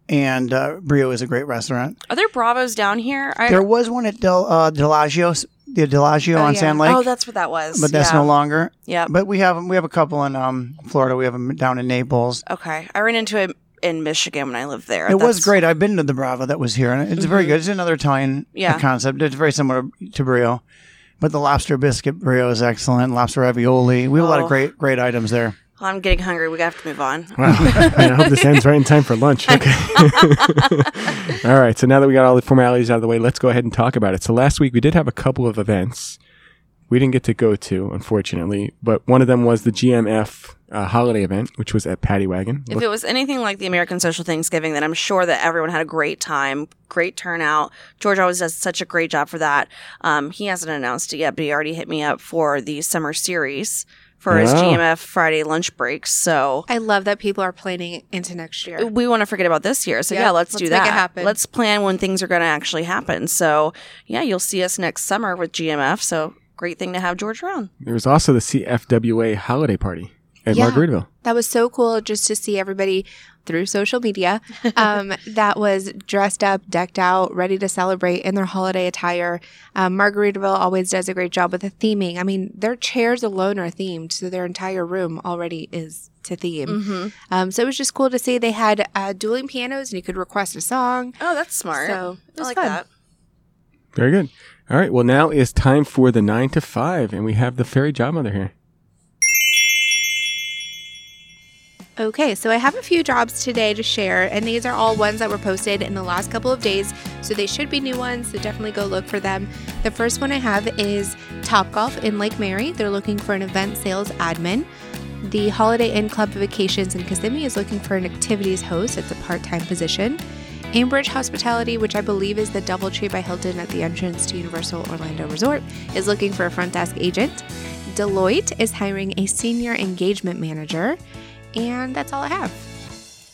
Speaker 5: and uh, Brio is a great restaurant.
Speaker 2: Are there Bravos down here? I,
Speaker 5: There was one at Del uh, Delagio, the Delagio
Speaker 4: Oh,
Speaker 5: on
Speaker 4: yeah.
Speaker 5: Sand Lake,
Speaker 2: oh, that's what that was.
Speaker 5: but that's
Speaker 2: yeah.
Speaker 5: no longer.
Speaker 2: Yep.
Speaker 5: But we have we have a couple in um, Florida. We have them down in Naples.
Speaker 2: Okay. I ran into it in Michigan when I lived there.
Speaker 5: It was
Speaker 2: That's- Mm-hmm.
Speaker 5: great. I've been to the Bravo that was here, and it's very good. It's another Italian
Speaker 2: Yeah.
Speaker 5: concept. It's very similar to Brio, but the lobster biscuit Brio is excellent. Lobster ravioli. We have a lot
Speaker 2: Oh.
Speaker 5: of great great items there.
Speaker 2: Well, I'm getting hungry. We have to move on.
Speaker 3: Wow. Man, [laughs] I hope this ends right in time for lunch. Okay. [laughs] all right. So now that we got all the formalities out of the way, let's go ahead and talk about it. So last week we did have a couple of events we didn't get to go to, unfortunately, but one of them was the GMF uh, holiday event, which was at Paddy Wagon.
Speaker 2: If it was anything like the American Social Thanksgiving, then I'm sure that everyone had a great time, great turnout. George always does such a great job for that. Um, he hasn't announced it yet, but he already hit me up for the summer series for his
Speaker 3: Wow.
Speaker 2: GMF Friday lunch break. So
Speaker 4: I love that people are planning into next year.
Speaker 2: we want to forget about this year. So
Speaker 4: Yeah,
Speaker 2: yeah, let's,
Speaker 4: let's
Speaker 2: do
Speaker 4: make
Speaker 2: that.
Speaker 4: it happen.
Speaker 2: Let's plan when things are going to actually happen. So yeah, you'll see us next summer with GMF. So great thing to have George around.
Speaker 3: There was also the CFWA holiday party at
Speaker 4: Yeah.
Speaker 3: Margaritaville.
Speaker 4: That was so cool just to see everybody through social media um, that was dressed up, decked out, ready to celebrate in their holiday attire. Um, Margaritaville always does a great job with the theming. I mean, their chairs alone are themed, so their entire room already is to theme.
Speaker 2: Mm-hmm.
Speaker 4: Um, so it was just cool to see they had uh, dueling pianos and you could request a song.
Speaker 2: Oh, that's smart.
Speaker 4: So it
Speaker 2: I
Speaker 4: was
Speaker 2: like
Speaker 4: fun.
Speaker 2: that.
Speaker 3: Very good. All right. Well, now is time for the nine to five, and we have the fairy job mother here.
Speaker 4: Okay, so I have a few jobs today to share, and these are all ones that were posted in the last couple of days, so they should be new ones, so definitely go look for them. The first one I have is Topgolf in Lake Mary. They're looking for an event sales admin. The Holiday Inn Club Vacations in Kissimmee is looking for an activities host. It's a part time position. Ambridge Hospitality, which I believe is the Doubletree by Hilton at the entrance to Universal Orlando Resort, is looking for a front desk agent. Deloitte is hiring a senior engagement manager. And that's all I have.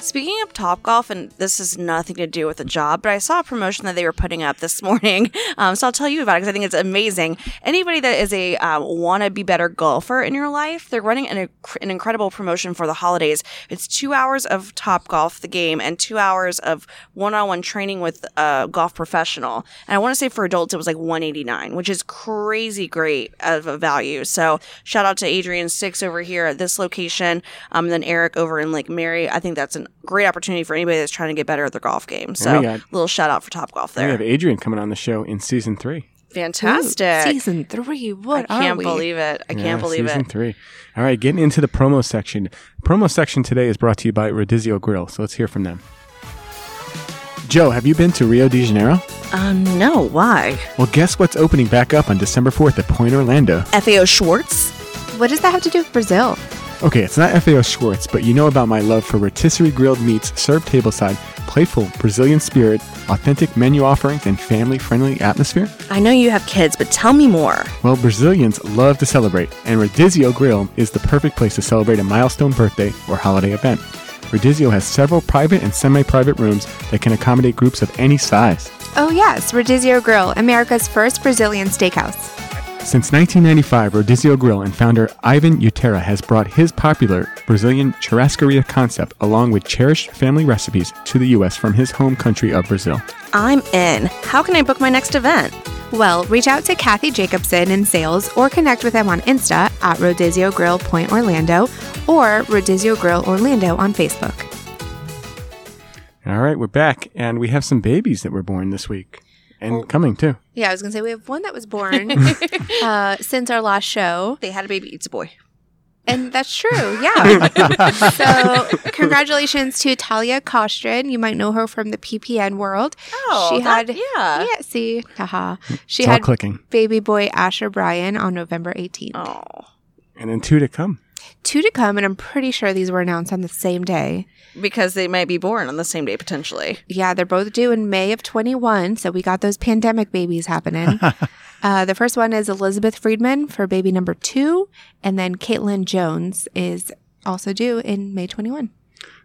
Speaker 2: Speaking of Topgolf, and this has nothing to do with the job, but I saw a promotion that they were putting up this [laughs] morning. Um, so I'll tell you about it because I think it's amazing. Anybody that is a um, wanna be better golfer in your life, they're running an, an incredible promotion for the holidays. It's two hours of Topgolf, the game, and two hours of one on one training with a golf professional. And I want to say for adults, it was like 189 which is crazy great of a value. So shout out to Adrian Six over here at this location, um, and then Eric over in Lake Mary. I think that's a great opportunity for anybody that's trying to get better at their golf game. So
Speaker 3: Oh my God.
Speaker 2: little shout out for Top Golf
Speaker 3: We
Speaker 2: there.
Speaker 3: have Adrian coming on the show in season three.
Speaker 2: Fantastic.
Speaker 4: Ooh, season three.
Speaker 2: I
Speaker 4: What are
Speaker 2: can't
Speaker 4: we?
Speaker 2: believe it. I can't
Speaker 3: Yeah,
Speaker 2: believe
Speaker 3: season
Speaker 2: it.
Speaker 3: three. All right, getting into the promo section. Promo section today is brought to you by Rodizio Grill, so let's hear from them. Joe, have you been to Rio de Janeiro?
Speaker 2: Um, no, why?
Speaker 3: Well, guess what's opening back up on December 4th at Point Orlando?
Speaker 2: FAO Schwartz?
Speaker 4: What does that have to do with Brazil?
Speaker 3: Okay, it's not FAO Schwartz, but you know about my love for rotisserie grilled meats served tableside, playful Brazilian spirit, authentic menu offerings, and family friendly atmosphere?
Speaker 2: I know you have kids, but tell me more.
Speaker 3: Well, Brazilians love to celebrate, and Rodizio Grill is the perfect place to celebrate a milestone birthday or holiday event. Rodizio has several private and semi private rooms that can accommodate groups of any size.
Speaker 4: Oh, yes, Rodizio Grill, America's first Brazilian steakhouse.
Speaker 3: Since 1995, Rodizio Grill and founder Ivan Utera has brought his popular Brazilian churrascaria concept along with cherished family recipes to the U.S. from his home country of Brazil.
Speaker 2: I'm in. How can I book my next event?
Speaker 4: Well, reach out to Kathy Jacobson in sales or connect with them on Insta at Rodizio Grill Point Orlando or Rodizio Grill Orlando on Facebook.
Speaker 3: All right, we're back, and we have some babies that were born this week and coming too.
Speaker 4: Yeah, I was going to say we have one that
Speaker 2: [laughs]
Speaker 4: was born uh, since our last show.
Speaker 2: They had a baby, it's a boy.
Speaker 4: And that's true.
Speaker 3: [laughs]
Speaker 4: Yeah. so, congratulations to Talia Kostrin. You might know her from the PPN world.
Speaker 2: Oh,
Speaker 4: she
Speaker 2: that-
Speaker 4: had
Speaker 2: yeah.
Speaker 4: Yeah, see, haha. She
Speaker 3: It's all
Speaker 4: had
Speaker 3: clicking,
Speaker 4: baby boy Asher Bryan on November 18th.
Speaker 2: Oh.
Speaker 3: and then two to come.
Speaker 4: Two to come, and I'm pretty sure these were announced on the same day.
Speaker 2: Because they might be born on the same day potentially.
Speaker 4: Yeah, they're both due in May of 21, so we got those pandemic
Speaker 3: [laughs]
Speaker 4: babies happening. uh, the first one is Elizabeth Friedman for baby number two, and then Caitlin Jones is also due in May 21.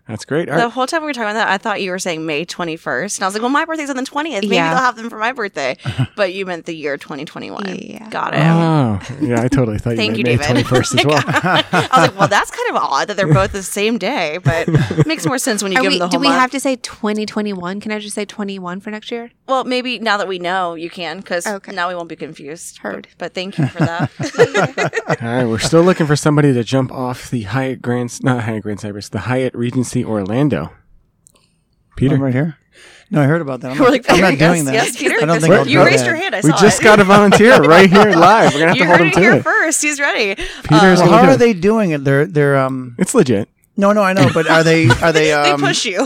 Speaker 3: That's great. All
Speaker 2: The
Speaker 3: right.
Speaker 2: whole time we were talking about that, I thought you were saying May 21st. And I was like, well, my birthday's on the 20th. Maybe
Speaker 4: Yeah.
Speaker 2: they'll have them for my birthday. but you meant the year 2021.
Speaker 4: Yeah.
Speaker 2: Got it.
Speaker 3: Oh, yeah, I totally thought you
Speaker 2: Thank
Speaker 3: meant
Speaker 2: you,
Speaker 3: May
Speaker 2: David. [laughs]
Speaker 3: 21st as well.
Speaker 2: I was like, well, that's kind of odd that they're both the same day, but it makes more sense when you
Speaker 4: Are
Speaker 2: give
Speaker 4: we,
Speaker 2: them the whole
Speaker 4: do we
Speaker 2: month.
Speaker 4: have to say 2021? Can I just say 21 for next year?
Speaker 2: well, maybe now that we know, you can because
Speaker 4: Okay.
Speaker 2: now we won't be confused.
Speaker 4: Heard.
Speaker 2: But thank you for
Speaker 3: [laughs]
Speaker 2: that. [laughs]
Speaker 3: All right, we're still looking for somebody to jump off the Hyatt Grand, not Hyatt Grand Cypress, the Hyatt Regency Orlando. Peter,
Speaker 5: I'm right here. No, I heard
Speaker 2: [laughs]
Speaker 5: about that. I'm
Speaker 2: We're
Speaker 5: not,
Speaker 2: like,
Speaker 5: I'm
Speaker 2: there,
Speaker 5: not doing
Speaker 2: yes,
Speaker 5: that.
Speaker 2: yes, Peter,
Speaker 5: I don't
Speaker 2: this-
Speaker 5: think I'll
Speaker 2: you
Speaker 5: do
Speaker 2: raised
Speaker 5: that.
Speaker 2: your hand. I
Speaker 3: we
Speaker 2: saw
Speaker 3: just
Speaker 2: it.
Speaker 3: got a
Speaker 2: [laughs]
Speaker 3: volunteer right here live. We're gonna have
Speaker 2: you
Speaker 3: to hold
Speaker 2: heard
Speaker 3: him
Speaker 2: it
Speaker 3: to
Speaker 2: here
Speaker 3: it.
Speaker 2: first. He's ready.
Speaker 3: Peter's
Speaker 5: Well, how
Speaker 3: leader.
Speaker 5: are they doing it? They're they're um.
Speaker 3: It's legit.
Speaker 5: No, no, I know, but are they are they um
Speaker 2: Uh, they push you.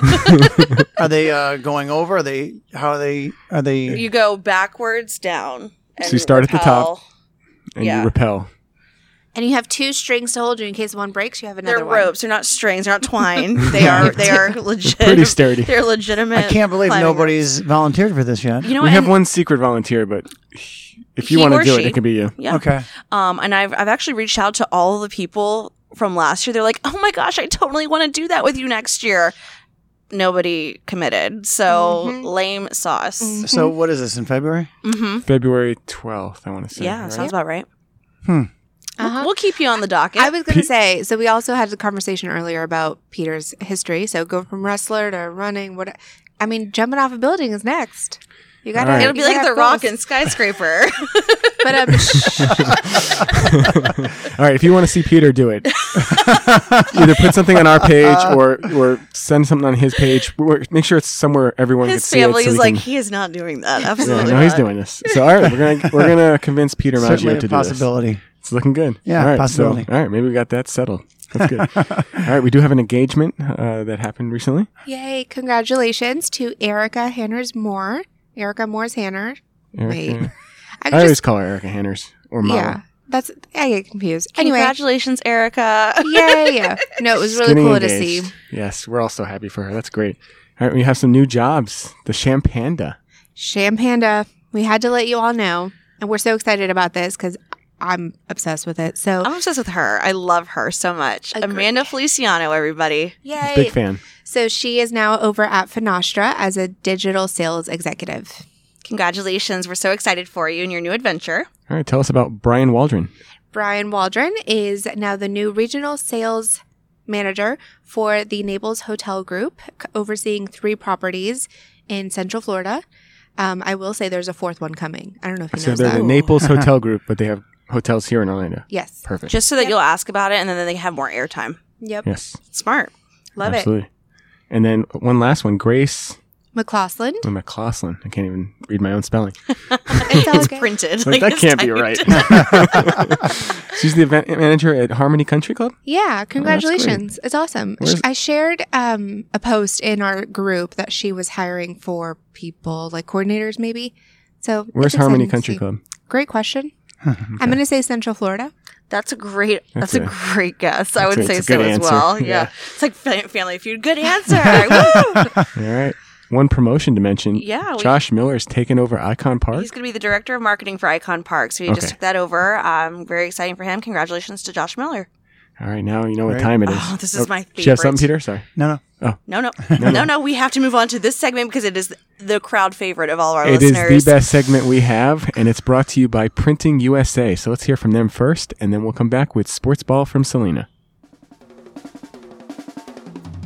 Speaker 5: are they uh going over? Are they how are they are they?
Speaker 2: you go backwards down. And
Speaker 3: So you start at the top.
Speaker 2: repel.
Speaker 3: and
Speaker 2: Yeah.
Speaker 3: you repel.
Speaker 4: And you have two strings to hold you in case one breaks, you have another
Speaker 2: They're
Speaker 4: one.
Speaker 2: ropes. They're not strings. They're not
Speaker 3: [laughs]
Speaker 2: twine. They are. They are legit.
Speaker 3: Pretty sturdy.
Speaker 2: They're legitimate.
Speaker 5: I can't believe
Speaker 2: climbing
Speaker 5: nobody's volunteered for this yet.
Speaker 2: ropes. You know
Speaker 3: we
Speaker 2: what?
Speaker 3: have
Speaker 2: And-
Speaker 3: one secret volunteer, but if
Speaker 2: He
Speaker 3: you want to
Speaker 2: or
Speaker 3: do it,
Speaker 2: she.
Speaker 3: it can be uh, you.
Speaker 2: Yeah.
Speaker 5: Okay.
Speaker 2: Um, and I've I've actually reached out to all the people from last year. They're like, "Oh my gosh, I totally want to do that with you next year." Nobody committed, so
Speaker 4: Mhm.
Speaker 2: lame sauce. Mm-hmm.
Speaker 5: So what is this in February?
Speaker 3: February 12th, I want to say.
Speaker 2: Yeah,
Speaker 3: right? Hmm.
Speaker 2: sounds about right.
Speaker 4: Uh-huh.
Speaker 2: We'll keep you on the docket.
Speaker 4: I was going [laughs] to say, so we also had the conversation earlier about Peter's history. So go from wrestler to running. What I mean, jumping off a building is next. You got
Speaker 3: All right.
Speaker 2: It'll be like The Rock and [laughs] Skyscraper. [laughs]
Speaker 4: But um, [laughs]
Speaker 3: All right, if you want to see Peter do
Speaker 4: [laughs]
Speaker 3: it, either put something on our page
Speaker 4: Uh,
Speaker 3: or or send something on his page. We're- Make sure it's somewhere everyone
Speaker 2: His
Speaker 3: can see
Speaker 2: family
Speaker 3: it. so
Speaker 2: is
Speaker 3: we
Speaker 2: like,
Speaker 4: [laughs]
Speaker 3: can-
Speaker 2: he is not doing that.
Speaker 3: yeah,
Speaker 2: Absolutely.
Speaker 3: no, he's
Speaker 2: not."
Speaker 3: doing this. So all right, we're gonna we're
Speaker 4: [laughs]
Speaker 3: gonna convince Peter
Speaker 5: Certainly
Speaker 3: Maggio
Speaker 5: a
Speaker 3: to do this.
Speaker 5: possibility.
Speaker 3: It's looking good.
Speaker 5: Yeah,
Speaker 3: All right,
Speaker 5: possibility.
Speaker 3: So, all right, maybe we got that settled. That's
Speaker 4: [laughs]
Speaker 3: good. all right, we do have an engagement uh, that happened recently.
Speaker 4: yay! Congratulations to Erica Hanners Moore. Erica Moore's Hanner.
Speaker 3: Erica-
Speaker 4: Wait. Mm-hmm. I,
Speaker 3: I
Speaker 4: could
Speaker 3: always
Speaker 4: just,
Speaker 3: call her Erica Hanners or Mama.
Speaker 4: yeah, that's I get confused. Anyway,
Speaker 2: Congratulations, Erica.
Speaker 4: yay! No, it was really
Speaker 3: Getting
Speaker 4: cool to
Speaker 3: engaged.
Speaker 4: see.
Speaker 3: Yes, we're all so happy for her. That's great. All right, we have some new jobs. The Shampanda.
Speaker 4: Sham Panda. We had to let you all know, and we're so excited about this because I'm obsessed with it. So
Speaker 2: I'm obsessed with her. I love her so much.
Speaker 4: Agreed.
Speaker 2: Amanda Feliciano, everybody.
Speaker 4: yay!
Speaker 3: Big fan.
Speaker 4: So she is now over at Finastra as a digital sales executive.
Speaker 2: Congratulations. We're so excited for you and your new adventure.
Speaker 3: All right, tell us about Brian Waldron.
Speaker 4: Brian Waldron is now the new regional sales manager for the Naples Hotel Group, c- overseeing three properties in Central Florida. Um, I will say there's a fourth one coming. I don't know if you
Speaker 3: So
Speaker 4: know
Speaker 3: they're
Speaker 4: that.
Speaker 3: the Naples Hotel Group,
Speaker 2: [laughs]
Speaker 3: but they have hotels here in Orlando.
Speaker 4: yes.
Speaker 3: Perfect.
Speaker 2: Just so that you'll ask about it and then they have more airtime.
Speaker 4: Yep.
Speaker 3: yes.
Speaker 2: Smart.
Speaker 4: Love it.
Speaker 3: absolutely. And then one last one, Grace [laughs]
Speaker 4: McClausland.
Speaker 3: McClausland. I can't even read my own spelling.
Speaker 4: It's all good.
Speaker 2: Printed.
Speaker 3: Like, that
Speaker 2: it's
Speaker 3: can't be
Speaker 2: typed.
Speaker 3: right. She's the event manager at Harmony Country Club.
Speaker 4: Yeah,
Speaker 3: Oh, great.
Speaker 4: congratulations. it's awesome.
Speaker 3: Where's-
Speaker 4: I shared um, a post in our group that she was hiring for people, like coordinators maybe. So
Speaker 3: Where's
Speaker 4: it's
Speaker 3: Harmony
Speaker 4: exciting to
Speaker 3: Country
Speaker 4: see.
Speaker 3: Club?
Speaker 4: Great question.
Speaker 3: [laughs]
Speaker 4: I'm going to say Central Florida.
Speaker 2: [laughs] That's a great. That's, a,
Speaker 3: That's a-
Speaker 2: great guess. I
Speaker 3: that's
Speaker 2: would
Speaker 3: a-
Speaker 2: say
Speaker 3: it's a
Speaker 2: so
Speaker 3: good
Speaker 2: as
Speaker 3: answer.
Speaker 2: well. Yeah.
Speaker 3: Yeah.
Speaker 2: it's like fa- family feud.
Speaker 3: [laughs]
Speaker 2: Good answer. Woo!
Speaker 3: All right. One promotion to mention.
Speaker 2: Yeah, we-
Speaker 3: Josh Miller's taken over Icon Park.
Speaker 2: He's going to be the director of marketing for Icon Park, so he
Speaker 3: Okay.
Speaker 2: just took that over. Um, very exciting for him. Congratulations to Josh Miller.
Speaker 3: All right, now you know what
Speaker 5: Right.
Speaker 3: time it is.
Speaker 2: Oh, this is my favorite.
Speaker 3: Do you have something, Peter? Sorry.
Speaker 5: No, no.
Speaker 2: No,
Speaker 3: [laughs]
Speaker 2: no, no, no, We have to move on to this segment because it is the crowd favorite of all of our
Speaker 3: It is
Speaker 2: listeners.
Speaker 3: the best segment we have, and it's brought to you by Printing USA. So let's hear from them first, and then we'll come back with Sports Ball from Selena.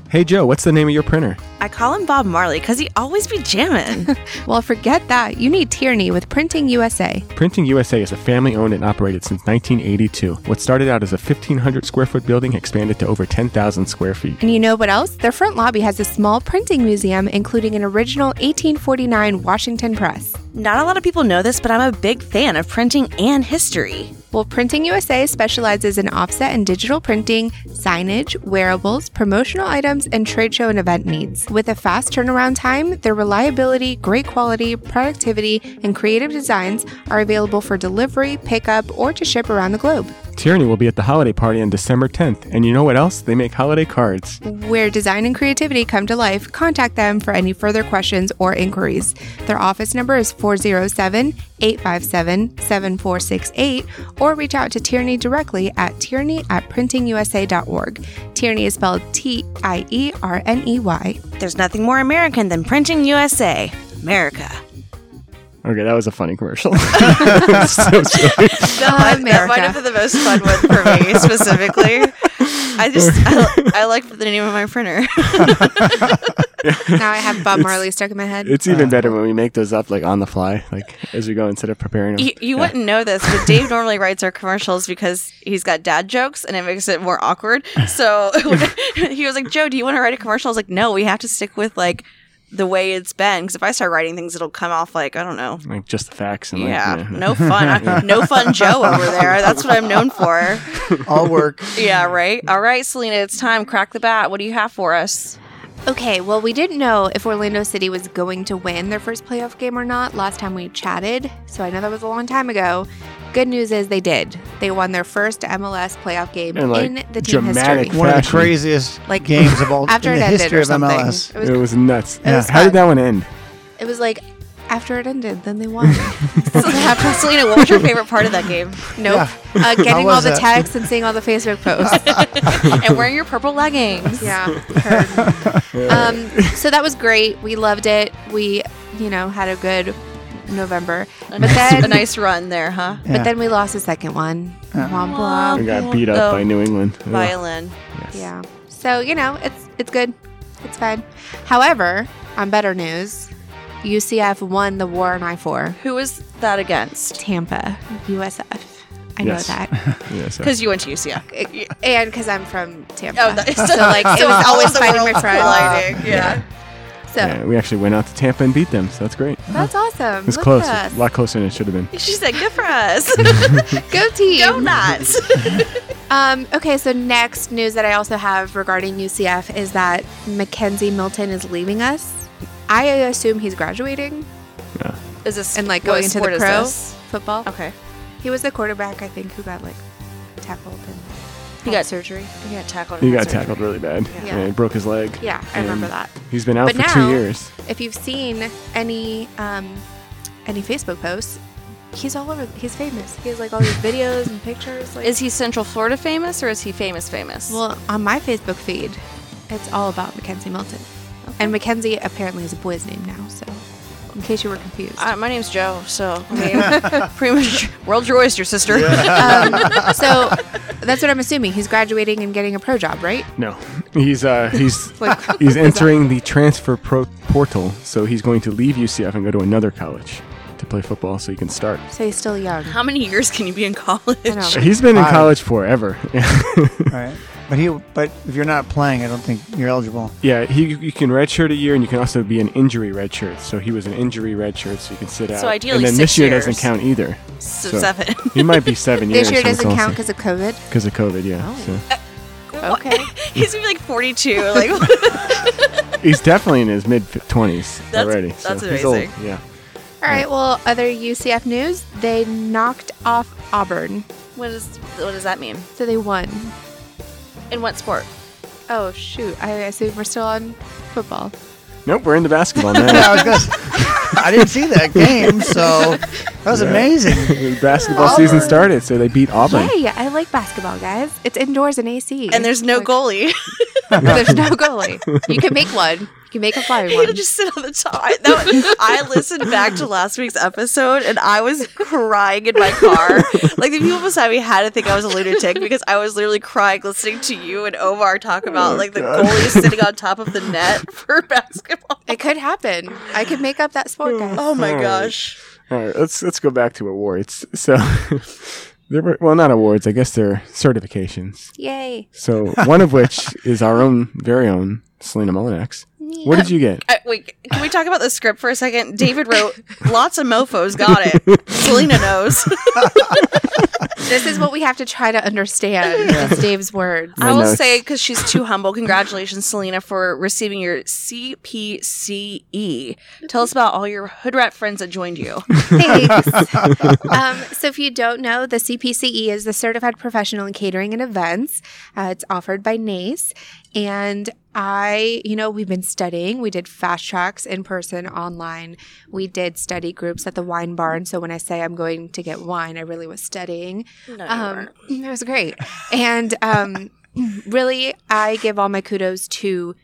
Speaker 3: Hey, Joe, what's the name of your printer?
Speaker 2: I call him Bob Marley because he always be jamming.
Speaker 4: Well, forget that. You need Tierney with Printing USA.
Speaker 3: Printing USA is a family owned and operated since 1982. What started out as a 1,500 square foot building expanded to over 10,000 square feet.
Speaker 4: And you know what else? Their front lobby has a small printing museum, including an original 1849 Washington press.
Speaker 2: Not a lot of people know this, but I'm a big fan of printing and history.
Speaker 4: Well, Printing USA specializes in offset and digital printing, signage, wearables, promotional items, and trade show and event needs. With a fast turnaround time, their reliability, great quality, productivity, and creative designs are available for delivery, pickup, or to ship around the globe.
Speaker 3: Tierney will be at the holiday party on December 10th, and you know what else? They make holiday cards.
Speaker 4: Where design and creativity come to life, contact them for any further questions or inquiries. Their office number is 407 857 7468 or reach out to Tierney directly at tierney at printingusa.org. Tierney is spelled T I E R N E Y.
Speaker 2: There's nothing more American than printing USA. America.
Speaker 3: Okay, that was a funny commercial. So silly.
Speaker 2: That, might, that might have been the most fun one for me specifically. I just [laughs] I, I like the name of my printer.
Speaker 4: [laughs] now I have Bob Marley stuck in my head.
Speaker 3: [laughs] It's [laughs] even better when we make those up like on the fly, like as we go instead of preparing them.
Speaker 2: You, you wouldn't know this, but Dave normally writes our commercials because he's got dad jokes and it makes it more awkward. So [laughs] he was like, Joe, do you want to write a commercial? I was like, no, we have to stick with like the way it's been because if I start writing things, it'll come off like, I don't know.
Speaker 3: like just the facts. And
Speaker 2: Yeah,
Speaker 3: like,
Speaker 2: no fun. I-
Speaker 3: [laughs]
Speaker 2: no fun Joe over there. That's what I'm known for.
Speaker 5: All
Speaker 3: [laughs]
Speaker 5: work.
Speaker 2: Yeah, right. All right, Selena, it's time. Crack the bat. What do you have for us?
Speaker 4: Okay, well, we didn't know if Orlando City was going to win their first playoff game or not last time we chatted, so I know that was a long time ago. Good news is they did. They won their first MLS playoff game
Speaker 3: And, like,
Speaker 4: in the team
Speaker 3: dramatic
Speaker 4: history.
Speaker 5: One of the
Speaker 3: Fashion.
Speaker 5: craziest
Speaker 4: Like, [laughs]
Speaker 5: games of all
Speaker 4: After
Speaker 5: in
Speaker 4: it
Speaker 5: the
Speaker 4: ended
Speaker 5: history
Speaker 4: or
Speaker 5: of
Speaker 4: something.
Speaker 5: MLS.
Speaker 4: It was,
Speaker 3: It was nuts.
Speaker 5: It was
Speaker 3: How did
Speaker 4: fun.
Speaker 3: that one end?
Speaker 4: it was like after it ended, then they
Speaker 5: [laughs]
Speaker 4: won. [laughs] nope.
Speaker 2: Selena, what was your favorite part of that game?
Speaker 4: Uh, getting all
Speaker 5: was
Speaker 4: the
Speaker 5: it?
Speaker 4: texts and seeing all the Facebook
Speaker 5: [laughs]
Speaker 4: posts.
Speaker 2: and wearing your purple leggings.
Speaker 4: Yeah. heard. um, so that was great. We loved it. We, you know, had a good November.
Speaker 2: A,
Speaker 4: But
Speaker 2: nice,
Speaker 4: then
Speaker 2: a nice run there, huh?
Speaker 5: Yeah.
Speaker 4: But then we lost the second one. Womp
Speaker 2: Womp.
Speaker 4: womp.
Speaker 3: We got beat up
Speaker 2: Oh.
Speaker 3: by New England. Ugh.
Speaker 2: Violin.
Speaker 4: Yeah. So you know, it's it's good. It's fine. However, on better news, UCF won the war on I four.
Speaker 2: Who was that against?
Speaker 4: Tampa, USF. I
Speaker 3: Yes. [laughs]
Speaker 4: know that,
Speaker 3: Yeah, so-
Speaker 2: Because you went to UCF.
Speaker 4: It- and because I'm from Tampa,
Speaker 2: Oh, that- [laughs]
Speaker 4: so like it was always fighting my friends.
Speaker 2: Colliding. Yeah. [laughs]
Speaker 4: So
Speaker 3: yeah, we actually went out to Tampa and beat them, so that's great. It
Speaker 4: that's awesome.
Speaker 3: was
Speaker 4: Look
Speaker 3: close.
Speaker 4: at
Speaker 3: A lot closer than it should have been.
Speaker 2: She said, "Good for [laughs] us,
Speaker 4: us. Go team.
Speaker 2: go [laughs] nuts."
Speaker 4: Um, okay, so next news that I also have regarding UCF is that Mackenzie Milton is leaving us. I assume he's graduating
Speaker 2: Is this
Speaker 4: and like
Speaker 2: what
Speaker 4: going into
Speaker 2: sport
Speaker 4: the
Speaker 2: is
Speaker 4: pro
Speaker 2: this?
Speaker 4: football.
Speaker 2: Okay.
Speaker 4: He was the quarterback, I think, who got like tackled and
Speaker 2: He
Speaker 4: had
Speaker 2: got-
Speaker 4: surgery.
Speaker 2: You got tackled.
Speaker 3: He got tackled really bad.
Speaker 4: Yeah.
Speaker 3: And he broke his leg.
Speaker 4: Yeah, I remember
Speaker 3: And
Speaker 4: that.
Speaker 3: He's been out
Speaker 4: But
Speaker 3: for
Speaker 4: now-
Speaker 3: two years.
Speaker 4: If you've seen any um, any Facebook posts, he's all over. He's famous. He has like all these videos and pictures. Like,
Speaker 2: Is he Central Florida famous or is he famous famous?
Speaker 4: well on my Facebook feed? It's all about Mackenzie Milton, and Mackenzie apparently is a boy's name now. So, in case you were confused.
Speaker 2: uh, my name's Joe, so I [laughs] mean, pretty much world your oyster, sister.
Speaker 4: um, so that's what I'm assuming. He's graduating and getting a pro job, right?
Speaker 3: No, he's
Speaker 4: [laughs]
Speaker 3: uh, he's
Speaker 2: [laughs]
Speaker 4: Like,
Speaker 3: he's entering the transfer pro- portal, so he's going to leave UCF and go to another college. to play football, so you can start.
Speaker 4: So he's still young.
Speaker 2: How many years can you be in college?
Speaker 4: I know.
Speaker 3: He's been in
Speaker 5: Five.
Speaker 3: college forever. [laughs]
Speaker 5: right? But he, but if you're not playing, I don't think you're eligible.
Speaker 3: yeah, he you can redshirt a year, and you can also be an injury redshirt. So he was an injury redshirt, so you can sit out.
Speaker 2: ideally
Speaker 3: and then
Speaker 2: six
Speaker 3: this year
Speaker 2: years.
Speaker 3: doesn't count either.
Speaker 2: So
Speaker 3: So-
Speaker 2: seven.
Speaker 3: He might
Speaker 2: [laughs]
Speaker 3: be seven years.
Speaker 4: This year doesn't count because of COVID.
Speaker 3: because of COVID. Yeah,
Speaker 2: Oh.
Speaker 3: so.
Speaker 2: What?
Speaker 4: Okay.
Speaker 2: He's gonna be like 42. Like, [laughs]
Speaker 3: he's definitely in his mid twenties
Speaker 2: [laughs] That's-
Speaker 3: already. so
Speaker 2: that's
Speaker 3: he's old,
Speaker 2: amazing.
Speaker 3: Yeah.
Speaker 4: All right. Well, other UCF news: they knocked off Auburn,
Speaker 2: what is what does that mean?
Speaker 4: so they won.
Speaker 2: In what sport?
Speaker 4: Oh shoot! I assume we're still on football.
Speaker 3: Nope, we're into basketball
Speaker 5: [laughs] Yeah,
Speaker 2: [laughs]
Speaker 3: now.
Speaker 5: I
Speaker 3: [laughs]
Speaker 5: was gonna. s- I didn't see that game, so that
Speaker 3: [laughs]
Speaker 5: was amazing.
Speaker 3: basketball season started, so they beat Auburn.
Speaker 4: Hey, I like basketball, guys. It's indoors and AC,
Speaker 2: [laughs] And there's no
Speaker 4: Like,
Speaker 2: goalie.
Speaker 4: There's no goalie. You can make one. You can make a flying
Speaker 2: He
Speaker 4: one.
Speaker 2: could just sit on the top. I, that was- I listened back to last week's episode and I was crying in my car. Like the people beside me had to think I was a lunatic because I was literally crying listening to you and Omar talk about
Speaker 5: Oh
Speaker 2: like the goalie sitting on top of the net [laughs] for basketball.
Speaker 4: It could happen. I could make up that sport, guys.
Speaker 2: Oh my
Speaker 3: Alright.
Speaker 2: gosh.
Speaker 3: All right, let's let's go back to awards. So [laughs] there were well, not awards. I guess they're certifications.
Speaker 4: Yay!
Speaker 2: [laughs]
Speaker 3: So one of which is our own very own Selena Molinax. What did you get?
Speaker 2: I, Uh, wait, can we talk about the script for a second? David wrote, "Lots of mofo's got it." Selena knows.
Speaker 4: This is what we have to try to understand. It's Dave's words.
Speaker 3: My
Speaker 2: I will
Speaker 3: notes.
Speaker 2: say because she's too humble. Congratulations, Selena, for receiving your CPCE. E. Tell us about all your hood rat friends that joined
Speaker 3: [laughs]
Speaker 2: you.
Speaker 4: Thanks. um, so, if you don't know, the CPCE E is the Certified Professional in Catering and Events. Uh, it's offered by NACE. And I, you know, we've been studying. We did fast tracks in person, online. We did study groups at the wine barn. So, when I say I'm going to get wine, I really was studying. Um, [laughs] it was great. And um, really, I give all my kudos to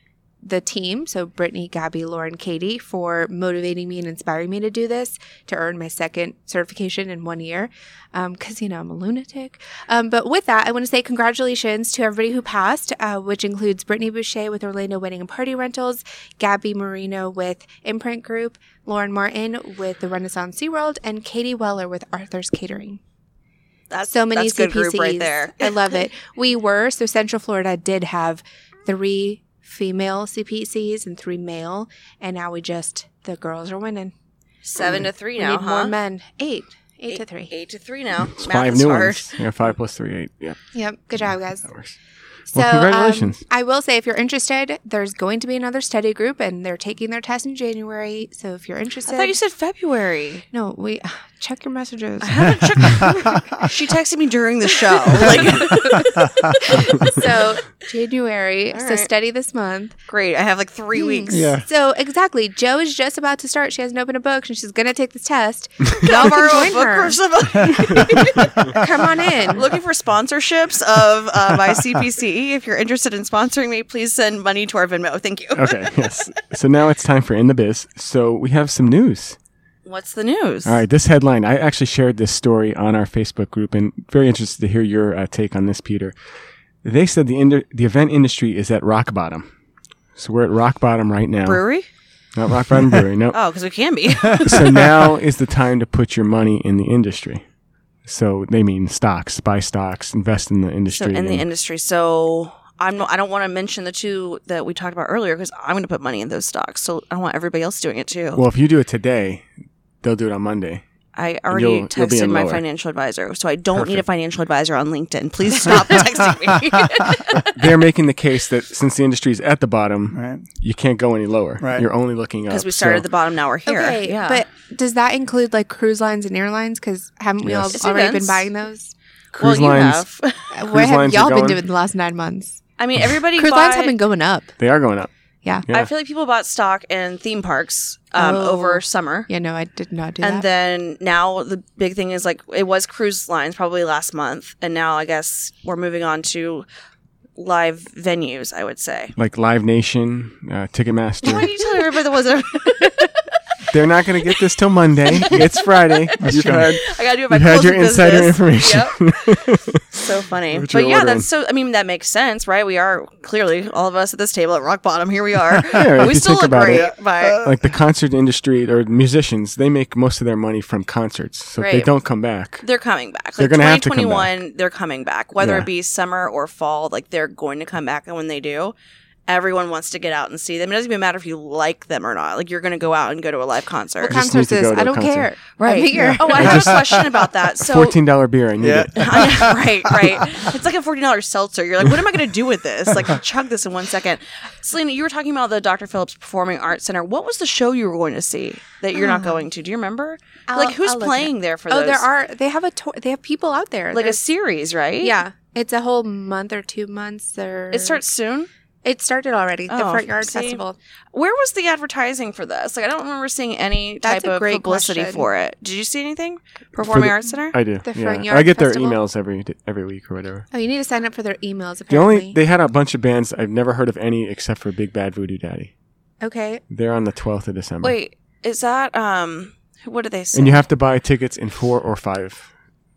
Speaker 4: the team. So, Brittany, Gabby, Lauren, Katie, for motivating me and inspiring me to do this to earn my second certification in one year. Because, you know, I'm a lunatic. Um, but with that, I want to say congratulations to everybody who passed, uh, which includes Brittany Boucher with Orlando Wedding and Party Rentals, Gabby Marino with Imprint Group, Lauren Martin with the Renaissance SeaWorld, and Katie Weller with Arthur's Catering
Speaker 2: That's
Speaker 4: so many
Speaker 2: that's good
Speaker 4: CPCs.
Speaker 2: group right there.
Speaker 4: I
Speaker 2: [laughs]
Speaker 4: love it. We were so Central Florida did have three female CPCs and three male, and now we just the girls are winning.
Speaker 2: Seven to three
Speaker 4: We
Speaker 2: now,
Speaker 4: need
Speaker 2: huh?
Speaker 4: more men. Eight. Eight, to three.
Speaker 2: Eight to three now.
Speaker 3: It's
Speaker 2: Math
Speaker 3: five
Speaker 2: is
Speaker 3: new
Speaker 2: hard.
Speaker 3: ones. Yeah, five plus three, eight. Yeah,
Speaker 4: Yep. Good job, guys.
Speaker 3: that works.
Speaker 4: So
Speaker 3: Well,
Speaker 4: um,
Speaker 3: congratulations.
Speaker 4: I will say, if you're interested, there's going to be another study group, and they're taking their test in January. So if you're interested,
Speaker 2: I thought you said February.
Speaker 4: no. We [sighs] check your
Speaker 2: [laughs]
Speaker 4: messages.
Speaker 2: I haven't checked. my- [laughs] she texted
Speaker 3: [laughs]
Speaker 2: me during the show. Like,
Speaker 4: [laughs] so January.
Speaker 2: All
Speaker 4: so
Speaker 2: right.
Speaker 4: study this month.
Speaker 2: great. I have like three
Speaker 4: Hmm.
Speaker 2: weeks.
Speaker 5: Yeah.
Speaker 4: So exactly, Joe is just about to start. She hasn't opened a book, and she's gonna take
Speaker 3: [laughs]
Speaker 4: this test.
Speaker 2: Y'all
Speaker 4: can
Speaker 2: borrow a
Speaker 4: join
Speaker 2: book
Speaker 4: her.
Speaker 2: or something.
Speaker 4: Come
Speaker 2: [laughs]
Speaker 4: on in.
Speaker 2: Looking for sponsorships of uh, my CPCE. If you're interested in sponsoring me, please send money to our Venmo. Thank you. [laughs]
Speaker 3: Okay, yes. So now it's time for in the biz. So we have some news.
Speaker 2: What's the news?
Speaker 3: All right, this headline. I actually shared this story on our Facebook group, and very interested to hear your uh, take on this, Peter. They said the ind- the event industry is at rock bottom. So we're at rock bottom right now.
Speaker 2: Brewery?
Speaker 3: Not rock bottom brewery. No.
Speaker 2: [laughs] Oh, because we can be.
Speaker 3: so now is the time to put your money in the industry. So they mean stocks, buy stocks, invest in the
Speaker 2: so
Speaker 3: industry.
Speaker 2: in the
Speaker 3: and-
Speaker 2: industry. So I'm no, I don't want to mention the two that we talked about earlier because I'm going to put money in those stocks. So I want everybody else doing it too.
Speaker 3: well, if you do it today, they'll do it on Monday.
Speaker 2: I
Speaker 3: you'll-
Speaker 2: already
Speaker 3: you'll be
Speaker 2: texted
Speaker 3: in
Speaker 2: my
Speaker 3: lower.
Speaker 2: financial advisor, so I don't need a
Speaker 3: Perfect.
Speaker 2: financial advisor on LinkedIn.
Speaker 3: [laughs]
Speaker 2: Please stop texting me.
Speaker 3: They're making the case that since the industry is at the bottom,
Speaker 5: Right.
Speaker 3: you can't go any lower.
Speaker 5: Right.
Speaker 3: You're only looking up.
Speaker 2: Because we started
Speaker 3: So-
Speaker 2: at the bottom, now we're here.
Speaker 4: Okay,
Speaker 2: yeah.
Speaker 4: but does that include like cruise lines and airlines? Because haven't we all
Speaker 3: Yes.
Speaker 2: It's
Speaker 4: already
Speaker 2: events.
Speaker 4: been buying those?
Speaker 3: cruise
Speaker 2: well,
Speaker 3: lines.
Speaker 2: you have. [laughs]
Speaker 4: Where have
Speaker 3: lines are
Speaker 4: y'all been
Speaker 3: going-
Speaker 4: doing the last nine months?
Speaker 2: I mean, everybody.
Speaker 4: Cruise
Speaker 2: bought,
Speaker 4: lines have been going up.
Speaker 3: They are going up.
Speaker 4: Yeah.
Speaker 3: Yeah.
Speaker 2: I feel like people bought stock in theme parks um,
Speaker 4: Oh.
Speaker 2: over summer.
Speaker 4: Yeah. No, I did not do
Speaker 2: And
Speaker 4: that.
Speaker 2: then now the big thing is like it was cruise lines probably last month, and now I guess we're moving on to live venues. I would say.
Speaker 3: like Live Nation, uh, Ticketmaster.
Speaker 2: Why do you tell everybody the ones that
Speaker 3: They're not going to get this till Monday. It's Friday. You've
Speaker 5: true.
Speaker 3: had,
Speaker 2: [laughs] I gotta do it by
Speaker 3: you've had
Speaker 2: close
Speaker 3: your
Speaker 2: of
Speaker 3: insider
Speaker 2: business.
Speaker 3: information. [laughs]
Speaker 2: Yep. so funny.
Speaker 3: What
Speaker 2: but
Speaker 3: you're
Speaker 2: yeah,
Speaker 3: ordering.
Speaker 2: that's so. I mean, that makes sense, right? We are clearly all of us at this table at rock bottom. Here we are.
Speaker 3: [laughs] if
Speaker 2: we
Speaker 3: you
Speaker 2: still
Speaker 3: think
Speaker 2: look
Speaker 3: about
Speaker 2: great,
Speaker 3: it.
Speaker 2: but
Speaker 3: like the concert industry or musicians, they make most of their money from concerts. So if they
Speaker 2: Right.
Speaker 3: don't come back.
Speaker 2: they're coming back.
Speaker 3: They're
Speaker 2: Like
Speaker 3: gonna have to come
Speaker 2: 2021, they're coming back. Whether
Speaker 3: Yeah.
Speaker 2: it be summer or fall, like they're going to come back. And when they do, everyone wants to get out and see them. It doesn't even matter if you like them or not. Like you're going to go out and go to a live concert.
Speaker 4: What
Speaker 3: just
Speaker 4: concert
Speaker 3: need to
Speaker 4: is?
Speaker 3: go to
Speaker 4: I
Speaker 3: a
Speaker 4: don't
Speaker 3: concert.
Speaker 4: care. I'm [laughs] here.
Speaker 2: Oh, I
Speaker 3: I
Speaker 2: have
Speaker 3: just-
Speaker 2: a question about
Speaker 3: [laughs]
Speaker 2: that. So. [laughs]
Speaker 3: $14 beer, I need
Speaker 5: Yeah.
Speaker 3: it.
Speaker 2: Yeah, right, right. It's like a forty dollars seltzer. You're like, what am I going to do with this? Like,
Speaker 3: [laughs]
Speaker 2: chug this in one second. Selena, you were talking about the Dr. Phillips Performing Arts Center. What was the show you were going to see that you're not going to? Do you remember?
Speaker 4: I'll-
Speaker 2: like, who's
Speaker 4: I'll look it
Speaker 2: playing there for?
Speaker 4: Oh, there
Speaker 2: those?
Speaker 4: are. They have a. tour they have people out there.
Speaker 2: like a
Speaker 4: There's-
Speaker 2: series, right?
Speaker 4: yeah. It's a whole month or two months. Or
Speaker 2: It starts soon.
Speaker 4: It started already. the
Speaker 2: Oh,
Speaker 4: Front Yard
Speaker 2: see?
Speaker 4: Festival.
Speaker 2: Where was the advertising for this? Like, I don't remember seeing any type
Speaker 4: That's a
Speaker 2: of
Speaker 4: great
Speaker 2: publicity
Speaker 4: question.
Speaker 2: for it. Did you see anything? Performing
Speaker 3: the-
Speaker 2: Arts Center? [laughs]
Speaker 3: I do.
Speaker 4: The
Speaker 3: yeah.
Speaker 4: Front Yard
Speaker 3: I get
Speaker 4: Festival?
Speaker 3: their emails every d- every week or whatever.
Speaker 4: Oh, you need to sign up for their emails.
Speaker 3: The
Speaker 4: Apparently.
Speaker 3: only they had a bunch of bands I've never heard of any except for Big Bad Voodoo Daddy.
Speaker 4: okay.
Speaker 3: They're on the 12th of December.
Speaker 2: Wait, is that um? What do they say?
Speaker 3: And you have to buy tickets in four or five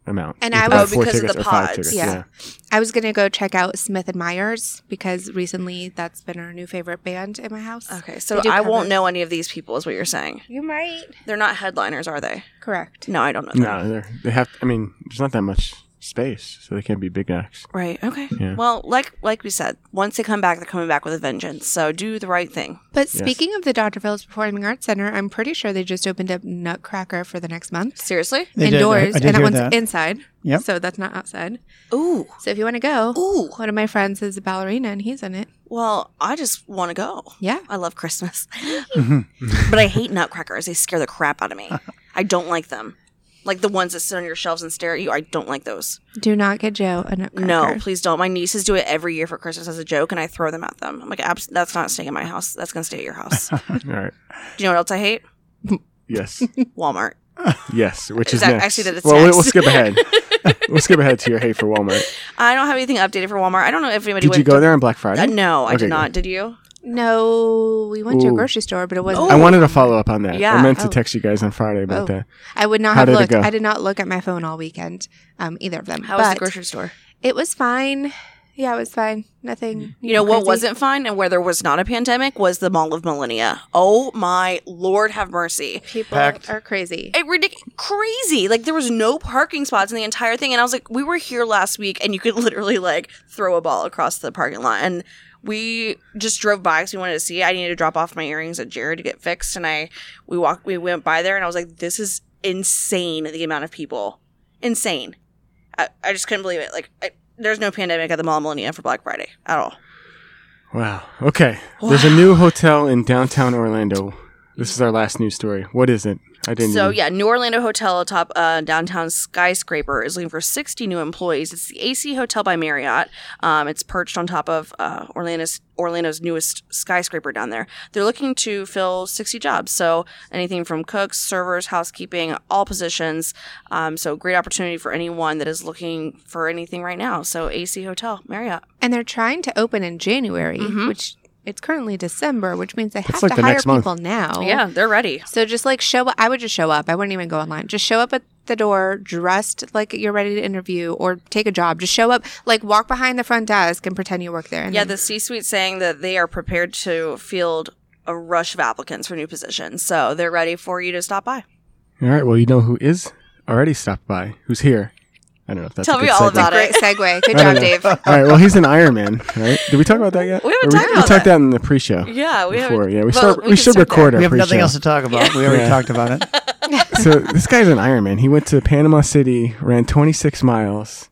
Speaker 3: amount.
Speaker 4: And
Speaker 3: You
Speaker 4: I
Speaker 3: have to buy
Speaker 4: was-
Speaker 3: four
Speaker 2: because of
Speaker 3: tickets
Speaker 2: the
Speaker 3: or five
Speaker 2: pods.
Speaker 3: tickets.
Speaker 4: Yeah.
Speaker 3: yeah.
Speaker 4: I was gonna go check out Smith and Myers because recently that's been our new favorite band in my house.
Speaker 2: okay, so
Speaker 4: They do
Speaker 2: I won't
Speaker 4: covers.
Speaker 2: know any of these people, is what you're saying.
Speaker 4: You might.
Speaker 2: They're not headliners, are they?
Speaker 4: Correct.
Speaker 2: No, I don't know. Them.
Speaker 3: No, they're, they have. I mean, there's not that much space, so they can't be big acts.
Speaker 2: Right. Okay.
Speaker 3: Yeah.
Speaker 2: Well, like like we said, once they come back, they're coming back with a vengeance. So do the right thing.
Speaker 4: But speaking of the Dr. Phillips Performing Arts Center, I'm pretty sure they just opened up Nutcracker for the next month.
Speaker 2: Seriously.
Speaker 5: They did. I-
Speaker 4: indoors,
Speaker 5: I did
Speaker 4: and that
Speaker 5: hear
Speaker 4: one's
Speaker 5: that.
Speaker 4: inside.
Speaker 5: Yep.
Speaker 4: So that's not outside.
Speaker 2: Ooh.
Speaker 4: So if you want to go,
Speaker 2: Ooh.
Speaker 4: one of my friends is a ballerina and he's in it.
Speaker 2: Well, I just want to go.
Speaker 4: Yeah.
Speaker 2: I love Christmas. [laughs]
Speaker 3: Mm-hmm.
Speaker 2: but I hate nutcrackers. They scare the crap out of me. I don't like them. Like the ones that sit on your shelves and stare at you. I don't like those.
Speaker 4: Do not get Joe a nutcracker.
Speaker 2: No, please don't. My nieces do it every year for Christmas as a joke, and I throw them at them. I'm like, Abs- that's not staying in my house. That's going to stay at your
Speaker 3: [laughs]
Speaker 2: house. do
Speaker 3: All right.
Speaker 2: you know what else I hate? [laughs]
Speaker 3: Yes.
Speaker 2: Walmart.
Speaker 3: Yes. Which is
Speaker 2: That-
Speaker 3: next.
Speaker 2: I see that it's
Speaker 3: well, we- we'll
Speaker 2: next. [laughs]
Speaker 3: skip ahead. we'll skip ahead to your hate for Walmart.
Speaker 2: I don't have anything updated for Walmart. I don't know if anybody
Speaker 3: Did
Speaker 2: went
Speaker 3: you go
Speaker 2: to-
Speaker 3: there on Black
Speaker 2: Uh,
Speaker 3: Friday?
Speaker 2: no, I
Speaker 3: Okay,
Speaker 2: did not. Did you?
Speaker 4: No, we went to a
Speaker 3: Ooh.
Speaker 4: grocery store, but it wasn't.
Speaker 2: Oh.
Speaker 3: I wanted to follow up on that. I
Speaker 2: Yeah.
Speaker 3: meant to
Speaker 4: Oh.
Speaker 3: text you guys on Friday about
Speaker 4: Oh.
Speaker 3: that.
Speaker 4: I would not
Speaker 3: How
Speaker 4: have
Speaker 3: did it
Speaker 4: looked.
Speaker 3: go?
Speaker 4: I did not look at my phone all weekend, um, either of them.
Speaker 2: How was
Speaker 4: but
Speaker 2: the grocery store?
Speaker 4: It was fine. Yeah, it was fine. Nothing.
Speaker 2: You know what
Speaker 4: crazy.
Speaker 2: wasn't fine and where there was not a pandemic was the Mall of Millennia. Oh my lord, have mercy.
Speaker 4: People
Speaker 5: Packed.
Speaker 4: are crazy.
Speaker 2: It ridic- crazy. Like there was no parking spots in the entire thing and I was like we were here last week and you could [laughs] literally like throw a ball across the parking lot and we just drove by cuz we wanted to see. it. I needed to drop off my earrings at Jared to get fixed and I we walked we went by there and I was like this is insane the amount of people. Insane. I, I just couldn't believe it. Like I, there's no pandemic at the Mall of Millennia for Black Friday at all.
Speaker 3: Wow. Okay. There's a new hotel in downtown Orlando. This is our last news story. What is it? I didn't.
Speaker 2: So
Speaker 3: even-
Speaker 2: yeah, New Orlando hotel atop uh, downtown skyscraper is looking for 60 new employees. It's the AC Hotel by Marriott. Um, it's perched on top of uh, Orlando's Orlando's newest skyscraper down there. They're looking to fill 60 jobs. So anything from cooks, servers, housekeeping, all positions. Um, so great opportunity for anyone that is looking for anything right now. So AC Hotel Marriott.
Speaker 4: and they're trying to open in January,
Speaker 2: Mhm.
Speaker 4: which it's currently December, which means they have
Speaker 3: like the
Speaker 4: to hire
Speaker 3: next month.
Speaker 4: people now.
Speaker 2: they're ready.
Speaker 4: So just like show up. I would just show up. I wouldn't even go online. Just show up at the door dressed like you're ready to interview or take a job. Just show up, like walk behind the front desk and pretend you work there. And
Speaker 2: Yeah,
Speaker 4: then-
Speaker 2: the C-suite saying that they are prepared to field a rush of applicants for new positions. So they're ready for you to stop by.
Speaker 3: All right. Well, you know who is already stopped by. Who's here? I don't know if that's.
Speaker 2: Tell
Speaker 3: a
Speaker 2: me
Speaker 3: good
Speaker 2: all
Speaker 3: segue.
Speaker 2: about
Speaker 4: great segue. Good
Speaker 3: [laughs] I don't
Speaker 4: job,
Speaker 3: know.
Speaker 4: Dave.
Speaker 3: All right. Well, he's an Iron Man, right? Did we talk about that yet?
Speaker 2: We haven't
Speaker 3: Or
Speaker 2: talked
Speaker 3: we,
Speaker 2: about that.
Speaker 3: talked that in the pre-show.
Speaker 2: Yeah, we
Speaker 3: Before,
Speaker 2: haven't-
Speaker 3: yeah,
Speaker 2: well,
Speaker 3: we should
Speaker 2: we
Speaker 3: we,
Speaker 2: can
Speaker 3: should
Speaker 2: start
Speaker 3: record
Speaker 2: there.
Speaker 3: our
Speaker 5: We have
Speaker 3: pre-show.
Speaker 5: nothing else to talk about. We already
Speaker 3: Yeah.
Speaker 5: talked about it. [laughs]
Speaker 3: so this guy's an Iron Man. He went to Panama City, ran 26 miles,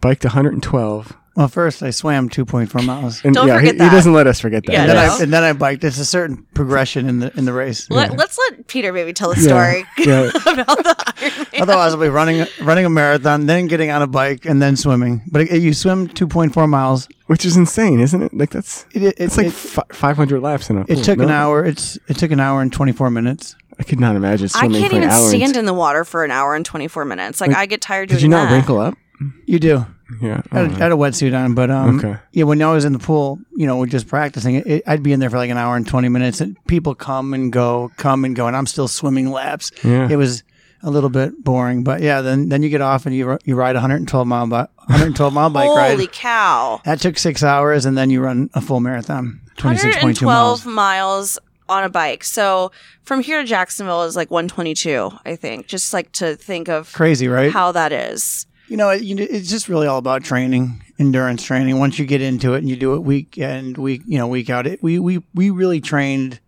Speaker 3: biked 112.
Speaker 5: Well, first I swam 2.4 miles,
Speaker 3: And
Speaker 2: Don't
Speaker 3: [laughs] yeah,
Speaker 2: forget
Speaker 3: he,
Speaker 2: that.
Speaker 3: he doesn't let us forget that.
Speaker 2: Yeah,
Speaker 5: and
Speaker 3: Yeah.
Speaker 5: then,
Speaker 2: no.
Speaker 5: I, and then I biked. It's a certain progression in the in the race.
Speaker 2: Let, Let's let Peter maybe tell a
Speaker 3: Yeah.
Speaker 2: story
Speaker 3: [laughs] Yeah.
Speaker 2: [laughs] about the Iron Man.
Speaker 5: [laughs] Otherwise, I'll be running running a marathon, then getting on a bike, and then swimming. But it, you swim 2.4 miles.
Speaker 3: Which is insane, isn't it? Like that's
Speaker 5: It, it,
Speaker 3: it's like
Speaker 5: it,
Speaker 3: fi 500 laps in a
Speaker 5: it
Speaker 3: pool,
Speaker 5: took an
Speaker 3: no?
Speaker 5: hour. It's it took an hour and 24 minutes.
Speaker 3: I could not imagine
Speaker 2: I
Speaker 3: swimming
Speaker 2: can't
Speaker 3: for an
Speaker 2: even
Speaker 3: hour. and-
Speaker 2: stand in the water for an hour and 24 minutes. Like, I get tired doing
Speaker 3: Did you not
Speaker 2: that.
Speaker 3: wrinkle up?
Speaker 5: You do.
Speaker 3: Yeah.
Speaker 5: I had, I had a wetsuit on, but um,
Speaker 3: Mm. Okay.
Speaker 5: yeah, when I was in the pool, you know, we're just practicing. It, it, I'd be in there for like an hour and twenty minutes, and people come and go, come and go, and I'm still swimming laps.
Speaker 3: Yeah.
Speaker 5: It was a little bit boring, but yeah, then then you get off and you ri- you ride a 112 mile bi- 112 mile bike
Speaker 2: Holy
Speaker 5: ride.
Speaker 2: cow.
Speaker 5: That took six hours, and then you run a full marathon, 26.2
Speaker 2: 112
Speaker 5: miles.
Speaker 2: miles on a bike. So from here to Jacksonville is like 122, I think. Just like to think of
Speaker 5: Crazy, right?
Speaker 2: how that is.
Speaker 5: You know, it, you, it's just really all about training, endurance training. Once you get into it and you do it week and week, you know, week out, it, we, we, we really trained.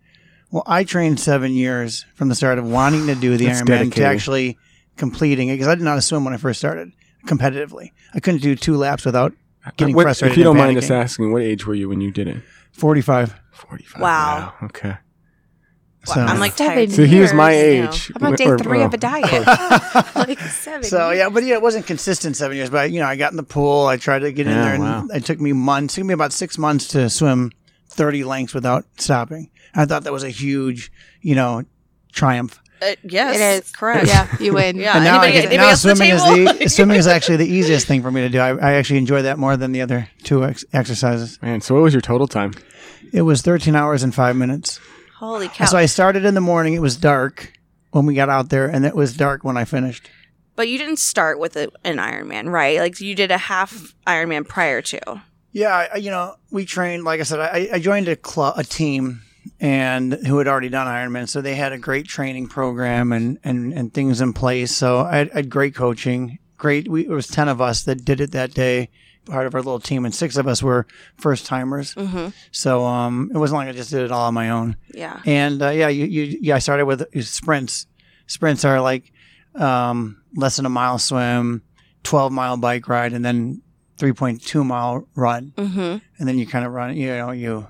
Speaker 5: Well, I trained seven years from the start of wanting to do the
Speaker 3: That's
Speaker 5: Ironman
Speaker 3: dedicated.
Speaker 5: to actually completing it because I did not swim when I first started competitively. I couldn't do two laps without getting
Speaker 3: Uh-huh. What-
Speaker 5: frustrated.
Speaker 3: If you
Speaker 5: and
Speaker 3: don't mind us
Speaker 5: panicking.
Speaker 3: asking, what age were you when you did it?
Speaker 5: 45.
Speaker 3: 45.
Speaker 2: Wow.
Speaker 3: Okay.
Speaker 5: So,
Speaker 2: I'm like tired.
Speaker 3: So he was my
Speaker 2: Years,
Speaker 3: age.
Speaker 4: I'm on day
Speaker 3: Or-
Speaker 4: three
Speaker 3: well,
Speaker 4: of a diet.
Speaker 5: [laughs]
Speaker 4: like seven.
Speaker 5: So
Speaker 4: years.
Speaker 5: yeah, but yeah, it wasn't consistent seven years. But you know, I got in the pool. I tried to get in
Speaker 3: Yeah,
Speaker 5: there, and
Speaker 3: wow.
Speaker 5: it took me months. It took me about six months to swim thirty lengths without stopping. I thought that was a huge, you know, triumph.
Speaker 2: Uh, yes.
Speaker 4: It is
Speaker 2: Correct.
Speaker 4: Yeah, you win.
Speaker 2: Yeah.
Speaker 5: now,
Speaker 2: Uh, Anybody-
Speaker 5: get-
Speaker 2: anybody
Speaker 5: now
Speaker 2: else at the
Speaker 5: swimming is
Speaker 2: table?
Speaker 5: the swimming is actually the easiest thing for me to do. I, I actually enjoy that more than the other two ex- exercises.
Speaker 3: Man, so what was your total time?
Speaker 5: It was thirteen hours and five minutes.
Speaker 2: Holy cow.
Speaker 5: So I started in the morning. It was dark when we got out there, and it was dark when I finished.
Speaker 2: but you didn't start with a, an Ironman, right? Like you did a half Ironman prior to.
Speaker 5: Yeah, I- I, you know, we trained. Like I said, I, I joined a club, a team, and who had already done Ironman, so they had a great training program and and and things in place. So I had, I had great coaching. Great, we, it was ten of us that did it that day, part of our little team, and six of us were first timers.
Speaker 2: Mm-hmm.
Speaker 5: So um, it wasn't like I just did it all on my own.
Speaker 2: Yeah.
Speaker 5: And uh, yeah, you, you yeah, I started with sprints. Sprints are like um, less than a mile swim, twelve mile bike ride, and then three point two mile run
Speaker 4: Mm-hmm.
Speaker 2: hmm
Speaker 5: and then you kind of run you know you,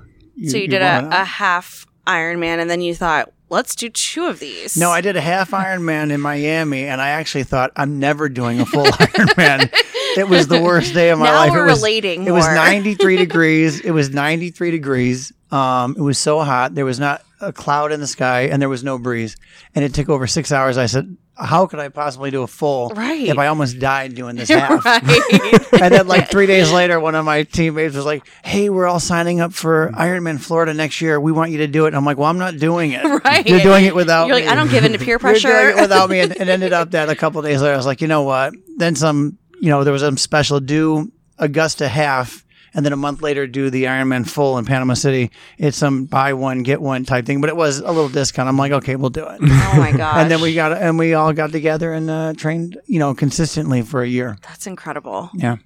Speaker 2: so you, did
Speaker 5: run
Speaker 2: a,
Speaker 5: it
Speaker 2: a
Speaker 5: out.
Speaker 2: half Ironman and then you thought, let's do two of these.
Speaker 5: no i did
Speaker 2: [laughs]
Speaker 5: a half ironman in miami and i actually thought i'm never doing a full [laughs] ironman it was the worst day of my
Speaker 2: now
Speaker 5: life
Speaker 2: we're
Speaker 5: it was
Speaker 2: relating.
Speaker 5: it was
Speaker 2: more. [laughs]
Speaker 5: 93 degrees it was 93 degrees um it was so hot there was not a cloud in the sky and there was no breeze and it took over six hours i said how could i possibly do a full
Speaker 2: Right.
Speaker 5: if i almost died doing
Speaker 2: [laughs]
Speaker 5: this half
Speaker 2: Right.
Speaker 5: and then like three
Speaker 2: [laughs]
Speaker 5: days later, one of my teammates was like, "Hey, we're all signing up for Ironman Florida next year. We want you to do it." And I'm like, "Well, I'm not doing it.
Speaker 2: [laughs] Right.
Speaker 5: You're doing it without
Speaker 2: You're like,
Speaker 5: me.
Speaker 2: I don't give in to peer pressure.
Speaker 5: [laughs] You're doing it
Speaker 2: [laughs]
Speaker 5: without me." And it ended up that a couple days later, I was like, "You know what?" Then some. You know, there was some special do Augusta half. And then a month later, do the Ironman full in Panama City. It's some buy one get one type thing, but it was a little discount. I'm like, okay, we'll do it.
Speaker 2: oh my gosh.
Speaker 5: and then we got and we all got together and uh, trained, you know, consistently for a year.
Speaker 2: That's incredible.
Speaker 5: Yeah.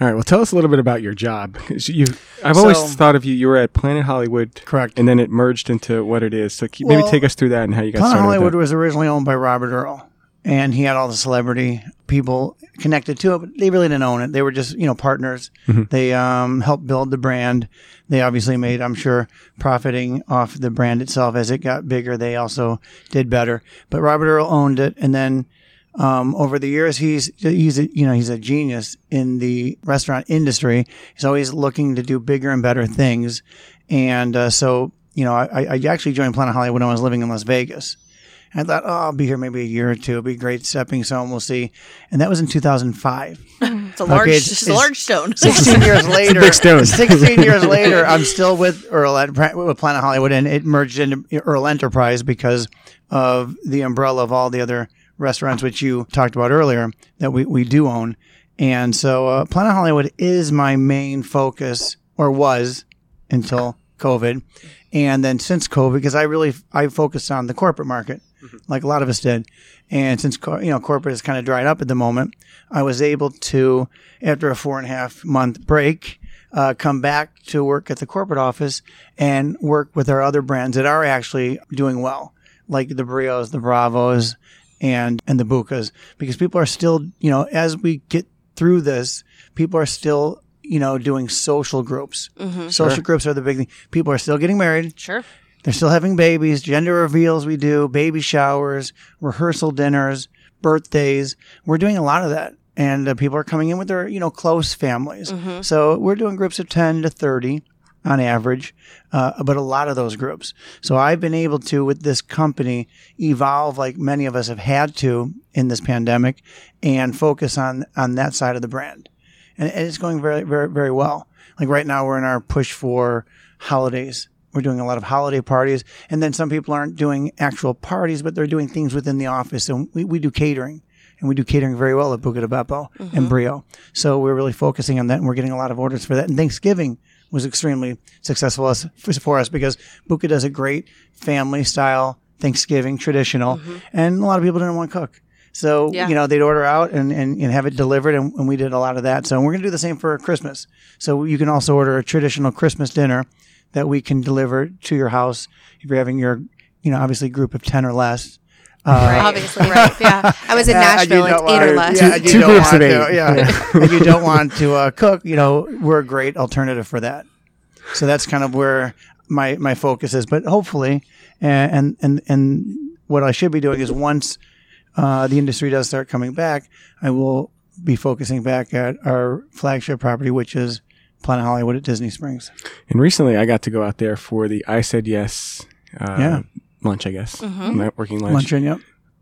Speaker 3: All right. Well, tell us a little bit about your job. 'Cause You, I've always
Speaker 5: So-
Speaker 3: thought of you. You were at Planet Hollywood,
Speaker 5: Correct.
Speaker 3: and then it merged into what it is. So keep, maybe
Speaker 5: Well,
Speaker 3: take us through that and how you got
Speaker 5: Planet
Speaker 3: started. with
Speaker 5: Hollywood
Speaker 3: that.
Speaker 5: was originally owned by Robert Earl, and he had all the celebrity people connected to it, but they really didn't own it. They were just you know partners.
Speaker 3: Mm-hmm.
Speaker 5: They um, helped build the brand. They obviously made, I'm sure, profiting off the brand itself as it got bigger. They also did better, but Robert Earl owned it, and then. Um, over the years, he's he's a, you know he's a genius in the restaurant industry. He's always looking to do bigger and better things, and uh, so you know I, I actually joined Planet Hollywood when I was living in Las Vegas. I thought, oh, I'll be here maybe a year or two. It'll be a great stepping stone. We'll see. And that was in 2005.
Speaker 2: It's a large,
Speaker 5: it's-
Speaker 2: it's, a
Speaker 5: it's-
Speaker 2: large stone.
Speaker 5: 16 years later,
Speaker 3: big stone. [laughs]
Speaker 5: 16 years later, I'm still with Earl at, with Planet Hollywood, and it merged into Earl Enterprise because of the umbrella of all the other restaurants which you talked about earlier that we, we do own. And so uh, Planet Hollywood is my main focus, or was until COVID, and then since COVID, because I really I focused on the corporate market, like a lot of us did, and since cor- you know corporate is kind of dried up at the moment, I was able to, after a four and a half month break, uh, come back to work at the corporate office and work with our other brands that are actually doing well, like the Brios, the Bravos, and and the Bucas, because people are still you know as we get through this, people are still you know doing social groups.
Speaker 2: Mhm.
Speaker 5: Social groups are the big thing. People are still getting married.
Speaker 2: Sure.
Speaker 5: They're still having babies, gender reveals we do, baby showers, rehearsal dinners, birthdays. We're doing a lot of that. And uh, people are coming in with their, you know, close families. So we're doing groups of 10 to 30 on average, uh, but a lot of those groups. So I've been able to, with this company, evolve like many of us have had to in this pandemic and focus on, on that side of the brand. and and it's going very, very, very well. Like right now, we're in our push for holidays. We're doing a lot of holiday parties, and then some people aren't doing actual parties, but they're doing things within the office. And we, we do catering, and we do catering very well at Buca de Beppo and Brio. So we're really focusing on that, and we're getting a lot of orders for that. And Thanksgiving was extremely successful us, for us because Buca does a great family style Thanksgiving traditional, and a lot of people didn't want to cook. So,
Speaker 2: Yeah.
Speaker 5: you know, they'd order out and, and, and have it delivered, and, and we did a lot of that. So, we're going to do the same for Christmas. So, you can also order a traditional Christmas dinner that we can deliver to your house if you're having your, you know, obviously group of 10 or less. Uh,
Speaker 4: Right. Obviously,
Speaker 3: [laughs]
Speaker 4: right. [laughs] Yeah. I was in Nashville. It's eight or less.
Speaker 5: Yeah, you
Speaker 3: Two
Speaker 5: don't
Speaker 3: groups
Speaker 5: want
Speaker 3: of
Speaker 5: to,
Speaker 3: eight. [laughs]
Speaker 5: yeah. if you don't want to uh, cook, you know, we're a great alternative for that. So that's kind of where my my focus is. But hopefully, and and and what I should be doing is once uh, the industry does start coming back, I will be focusing back at our flagship property, which is Planet Hollywood at Disney Springs.
Speaker 3: And recently, I got to go out there for the I said yes. Uh,
Speaker 5: Yeah.
Speaker 3: Lunch, I guess. Networking lunch.
Speaker 5: Luncheon, yep.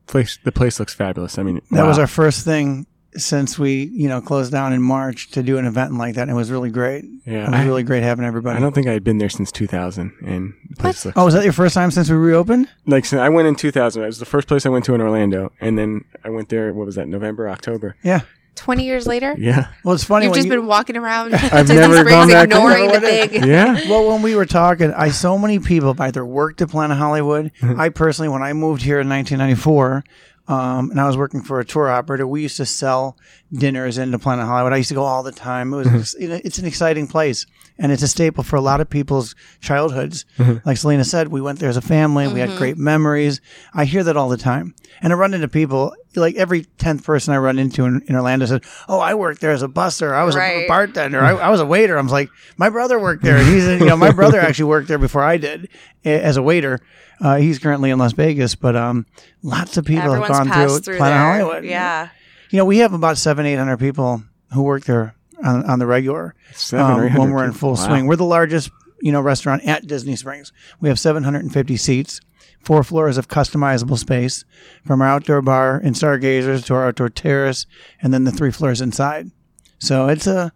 Speaker 3: Place. The place looks fabulous. I mean,
Speaker 5: That was
Speaker 3: wow.
Speaker 5: our first thing since we you know closed down in March to do an event like that. And it was really great.
Speaker 3: Yeah,
Speaker 5: it was
Speaker 3: I-
Speaker 5: [laughs] really great having everybody.
Speaker 3: I don't think I had been there since 2000, and the place looks
Speaker 5: Oh, was that your first time since we reopened?
Speaker 3: like so I went in 2000. It was the first place I went to in Orlando, and then I went there. What was that? November, October.
Speaker 5: Yeah.
Speaker 4: 20 years later,
Speaker 3: Yeah,
Speaker 5: Well, it's funny.
Speaker 4: you've
Speaker 5: when
Speaker 4: just
Speaker 5: you-
Speaker 4: been walking around [laughs]
Speaker 3: I've
Speaker 4: Disney
Speaker 3: never
Speaker 4: Springs
Speaker 3: gone back there.
Speaker 4: ignoring the
Speaker 5: What is-
Speaker 3: [laughs]
Speaker 4: big.
Speaker 3: yeah.
Speaker 5: well, when we were talking, I so many people have either worked at Planet Hollywood.
Speaker 3: Mm-hmm.
Speaker 5: I personally, when I moved here in 1994, um, and I was working for a tour operator, we used to sell dinners into Planet Hollywood. I used to go all the time. It was, you know, it's an exciting place, and it's a staple for a lot of people's childhoods. Like Selena said, we went there as a family. We had great memories. I hear that all the time, and I run into people like every tenth person I run into in, in Orlando said, "Oh, I worked there as a busser. I was a
Speaker 2: Right.
Speaker 5: bar." bartender. I, I was a waiter. I was like, my brother worked there. He's, a, you know, my brother actually worked there before I did a- as a waiter. Uh, he's currently in Las Vegas, but um, lots of people
Speaker 2: Everyone's
Speaker 5: have gone through,
Speaker 2: passed through,
Speaker 5: Planet
Speaker 2: there.
Speaker 5: Hollywood.
Speaker 2: Yeah.
Speaker 5: you know, we have about seven, eight hundred people who work there on, on the regular.
Speaker 3: Seven or
Speaker 5: Um, when
Speaker 3: 800
Speaker 5: we're in
Speaker 3: people.
Speaker 5: full
Speaker 3: Wow.
Speaker 5: swing, we're the largest, you know, restaurant at Disney Springs. We have seven hundred and fifty seats. Four floors of customizable space, from our outdoor bar and stargazers to our outdoor terrace, and then the three floors inside. So it's a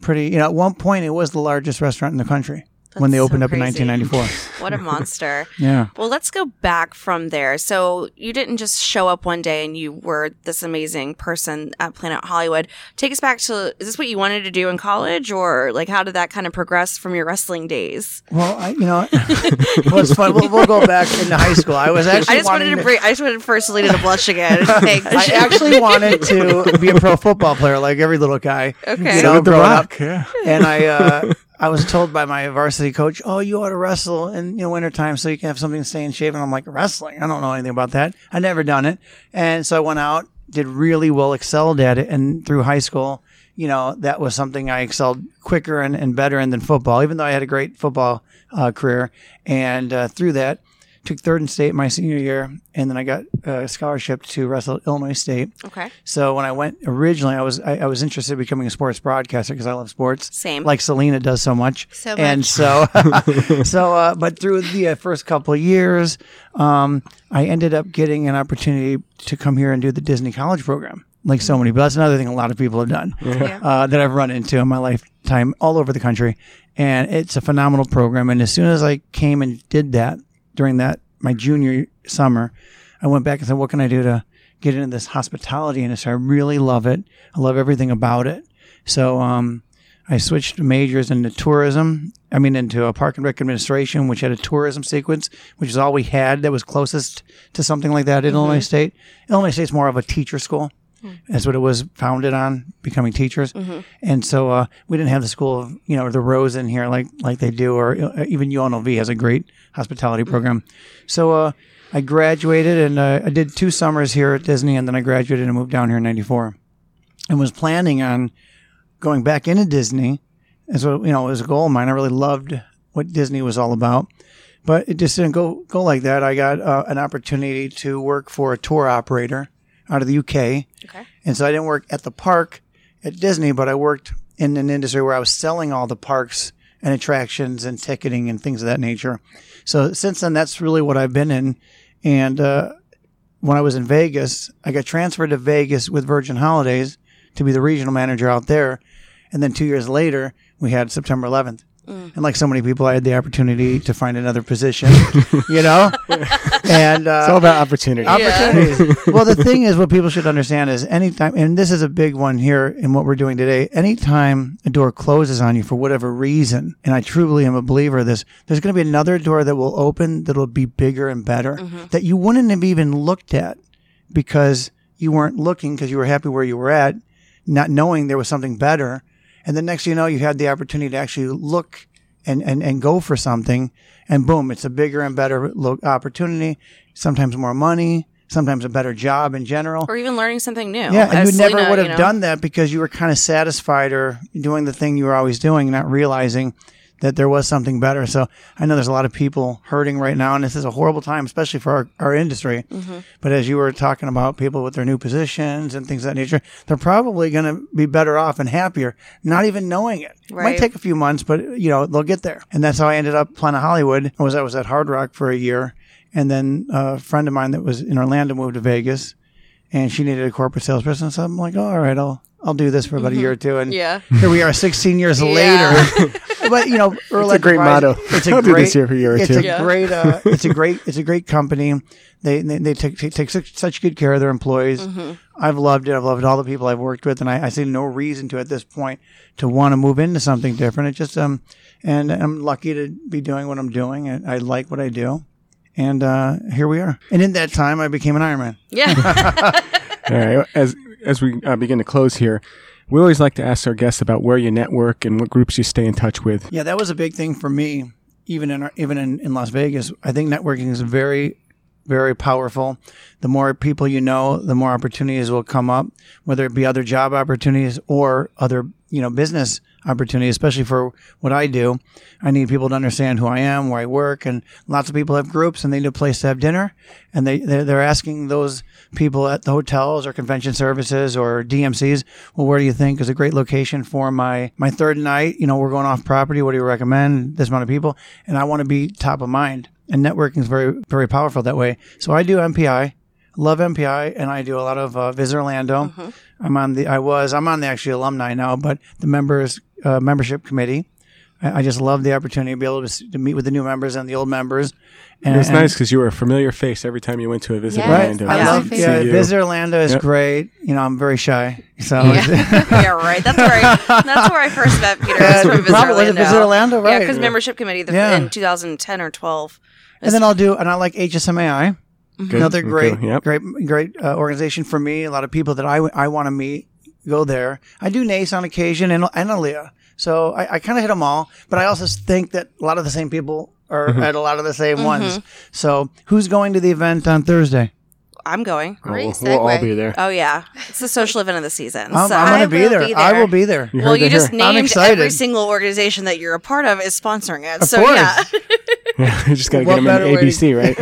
Speaker 5: pretty, you know, at one point it was the largest restaurant in the country when
Speaker 2: That's
Speaker 5: they
Speaker 2: so
Speaker 5: opened up
Speaker 2: crazy.
Speaker 3: [laughs]
Speaker 5: in 1994. [laughs]
Speaker 2: What a monster.
Speaker 5: yeah.
Speaker 2: Well, let's go back from there. So, you didn't just show up one day and you were this amazing person at Planet Hollywood. Take us back to is this what you wanted to do in college or like how did that kind of progress from your wrestling days?
Speaker 5: Well, I, you know, well, it's fun. We'll, we'll go back into high school. I was actually
Speaker 2: I just wanted
Speaker 5: wanting
Speaker 2: to bring I just wanted first Selena to blush
Speaker 5: [laughs]
Speaker 2: again. Thanks.
Speaker 5: I actually wanted to be a pro football player like every little guy.
Speaker 2: Okay.
Speaker 5: You
Speaker 2: So
Speaker 5: know,
Speaker 3: With the
Speaker 5: growing
Speaker 3: Rock,
Speaker 5: up.
Speaker 3: yeah.
Speaker 5: and I uh, I was told by my varsity coach, "Oh, you ought to wrestle in you know wintertime so you can have something to stay in shape." And I'm like, "Wrestling? I don't know anything about that. I never done it." And so I went out, did really well, excelled at it, and through high school, you know, that was something I excelled quicker and, and better in than football, even though I had a great football uh, career. And uh, through that. Took third in state my senior year, and then I got a scholarship to wrestle at Illinois State.
Speaker 2: okay.
Speaker 5: So when I went originally, I was I, I was interested in becoming a sports broadcaster because I love sports.
Speaker 2: Same. [laughs]
Speaker 5: Like Selena does so much.
Speaker 4: So
Speaker 5: And
Speaker 4: much. [laughs]
Speaker 5: so, [laughs] so uh, but through the uh, first couple of years, um, I ended up getting an opportunity to come here and do the Disney College program. Like
Speaker 4: Mm-hmm.
Speaker 5: so many, but that's another thing a lot of people have done
Speaker 3: [laughs] Oh,
Speaker 5: uh, that I've run into in my lifetime all over the country, and it's a phenomenal program. And as soon as I came and did that during that my junior summer, I went back and said, "What can I do to get into this hospitality industry? I really love it. I love everything about it." So um, I switched majors into tourism. I mean, into a park and rec administration, which had a tourism sequence, which is all we had that was closest to something like that in Illinois State. Illinois State's more of a teacher school. That's what it was founded on, becoming teachers. And so uh, we didn't have the school of you know the rows in here like like they do, or uh, even UNLV has a great hospitality program. So uh, I graduated and uh, I did two summers here at Disney, and then I graduated and moved down here in '94, and was planning on going back into Disney. And so you know it was a goal of mine. I really loved what Disney was all about but it just didn't go go like that. I got uh, an opportunity to work for a tour operator out of the UK,
Speaker 2: Okay.
Speaker 5: and so I didn't work at the park at Disney, but I worked in an industry where I was selling all the parks and attractions and ticketing and things of that nature. So since then, that's really what I've been in. And uh, when I was in Vegas, I got transferred to Vegas with Virgin Holidays to be the regional manager out there. And then two years later, we had September 11th. And like so many people, I had the opportunity to find another position, [laughs] you know? and uh,
Speaker 3: It's all about opportunity.
Speaker 5: opportunities. well, the thing is, what people should understand is anytime, and this is a big one here in what we're doing today, anytime a door closes on you for whatever reason, and I truly am a believer of this, there's going to be another door that will open that'll be bigger and better that you wouldn't have even looked at because you weren't looking because you were happy where you were at, not knowing there was something better. And then next thing you know, you had the opportunity to actually look and, and, and go for something. And boom, it's a bigger and better lo- opportunity, sometimes more money, sometimes a better job in general.
Speaker 2: or even learning something new.
Speaker 5: Yeah, and
Speaker 2: As
Speaker 5: you never
Speaker 2: Selena,
Speaker 5: would have
Speaker 2: you know,
Speaker 5: done that because you were kind of satisfied or doing the thing you were always doing, not realizing that there was something better. So I know there's a lot of people hurting right now, and this is a horrible time, especially for our, our industry.
Speaker 2: Mm-hmm.
Speaker 5: But as you were talking about people with their new positions and things of that nature, they're probably going to be better off and happier, not even knowing it. It might
Speaker 2: Right.
Speaker 5: take a few months, but you know they'll get there. And that's how I ended up Planet Hollywood. Was I was at Hard Rock for a year, and then a friend of mine that was in Orlando moved to Vegas and she needed a corporate salesperson. So I'm like, oh, all right, I'll I'll do this for about a year or two. And
Speaker 2: Yeah.
Speaker 5: here we are, 16 years later.
Speaker 3: [laughs]
Speaker 5: but you know,
Speaker 3: It's a great motto.
Speaker 5: It's a
Speaker 3: I'll
Speaker 5: great.
Speaker 3: do this here for a year or
Speaker 5: it's
Speaker 3: two.
Speaker 5: a great.
Speaker 3: [laughs]
Speaker 5: Uh, it's a great. It's a great company. They they, they take, take take such such good care of their employees.
Speaker 3: Mm-hmm.
Speaker 5: I've loved it. I've loved all the people I've worked with, and I, I see no reason to at this point to want to move into something different. It just um, and I'm lucky to be doing what I'm doing. and I like what I do. And uh, here we are. And in that time, I became an Ironman.
Speaker 2: Yeah.
Speaker 3: [laughs] All right. As as we uh, begin to close here, we always like to ask our guests about where you network and what groups you stay in touch with.
Speaker 5: Yeah, that was a big thing for me. Even in our, even in, in Las Vegas, I think networking is very, very powerful. The more people you know, the more opportunities will come up, whether it be other job opportunities or other you know business opportunities. Especially for what I do, I need people to understand who I am, where I work, and lots of people have groups and they need a place to have dinner, and they they're, they're asking those people at the hotels or convention services or DMCs, well, where do you think is a great location for my my third night? You know, we're going off property. What do you recommend? This amount of people, and I want to be top of mind. And networking is very very powerful that way. So I do MPI, love MPI, and I do a lot of uh, Visit Orlando.
Speaker 2: Mm-hmm.
Speaker 5: I'm on the I was I'm on the actually alumni now, but the members uh, membership committee. I I just love the opportunity to be able to, s- to meet with the new members and the old members. And,
Speaker 3: It was
Speaker 5: and-
Speaker 3: nice because you were a familiar face every time you went to a visit.
Speaker 4: Yes,
Speaker 5: Right.
Speaker 3: Orlando.
Speaker 5: I
Speaker 4: Yeah.
Speaker 5: love
Speaker 4: Yeah.
Speaker 3: See
Speaker 5: yeah,
Speaker 3: you.
Speaker 5: Visit Orlando is
Speaker 3: Yep.
Speaker 5: great. You know, I'm very shy. So [laughs]
Speaker 2: yeah, right. That's where I, that's where I first met Peter. was
Speaker 5: Yeah,
Speaker 2: from Visit
Speaker 5: probably
Speaker 2: Orlando.
Speaker 5: was it Visit Orlando,
Speaker 2: Yeah,
Speaker 5: right.
Speaker 2: because membership committee the,
Speaker 5: Yeah.
Speaker 2: in 2010 or 12.
Speaker 5: and then I'll do and I like HSMAI.
Speaker 3: Good.
Speaker 5: Another great
Speaker 3: Okay. Yep.
Speaker 5: great great uh, organization for me. A lot of people that I I want to meet go there. I do NACE E on occasion and and Aaliyah. So I, I kind of hit them all, but I also think that a lot of the same people are
Speaker 3: Mm-hmm.
Speaker 5: at a lot of the same
Speaker 4: Mm-hmm.
Speaker 5: ones. So who's going to the event on Thursday?
Speaker 2: I'm going.
Speaker 3: Well, we'll,
Speaker 4: Great
Speaker 3: we'll all
Speaker 4: segue.
Speaker 3: be
Speaker 5: [laughs]
Speaker 3: there. [laughs]
Speaker 2: Oh yeah, it's the social event of the season.
Speaker 5: I'm,
Speaker 2: so.
Speaker 5: Um, I'm going
Speaker 4: I
Speaker 5: to be
Speaker 4: will
Speaker 5: there.
Speaker 4: be
Speaker 5: I
Speaker 4: there.
Speaker 5: will be there.
Speaker 3: You
Speaker 2: well,
Speaker 3: heard
Speaker 2: you
Speaker 3: it
Speaker 2: just
Speaker 3: here.
Speaker 5: I'm
Speaker 2: named
Speaker 5: excited.
Speaker 2: every single organization that you're a part of is sponsoring it.
Speaker 5: Of
Speaker 2: so
Speaker 5: course. [laughs]
Speaker 2: yeah,
Speaker 3: you just got to
Speaker 5: What
Speaker 3: get them in
Speaker 5: better way to-
Speaker 3: ABC,
Speaker 5: [laughs]
Speaker 3: right?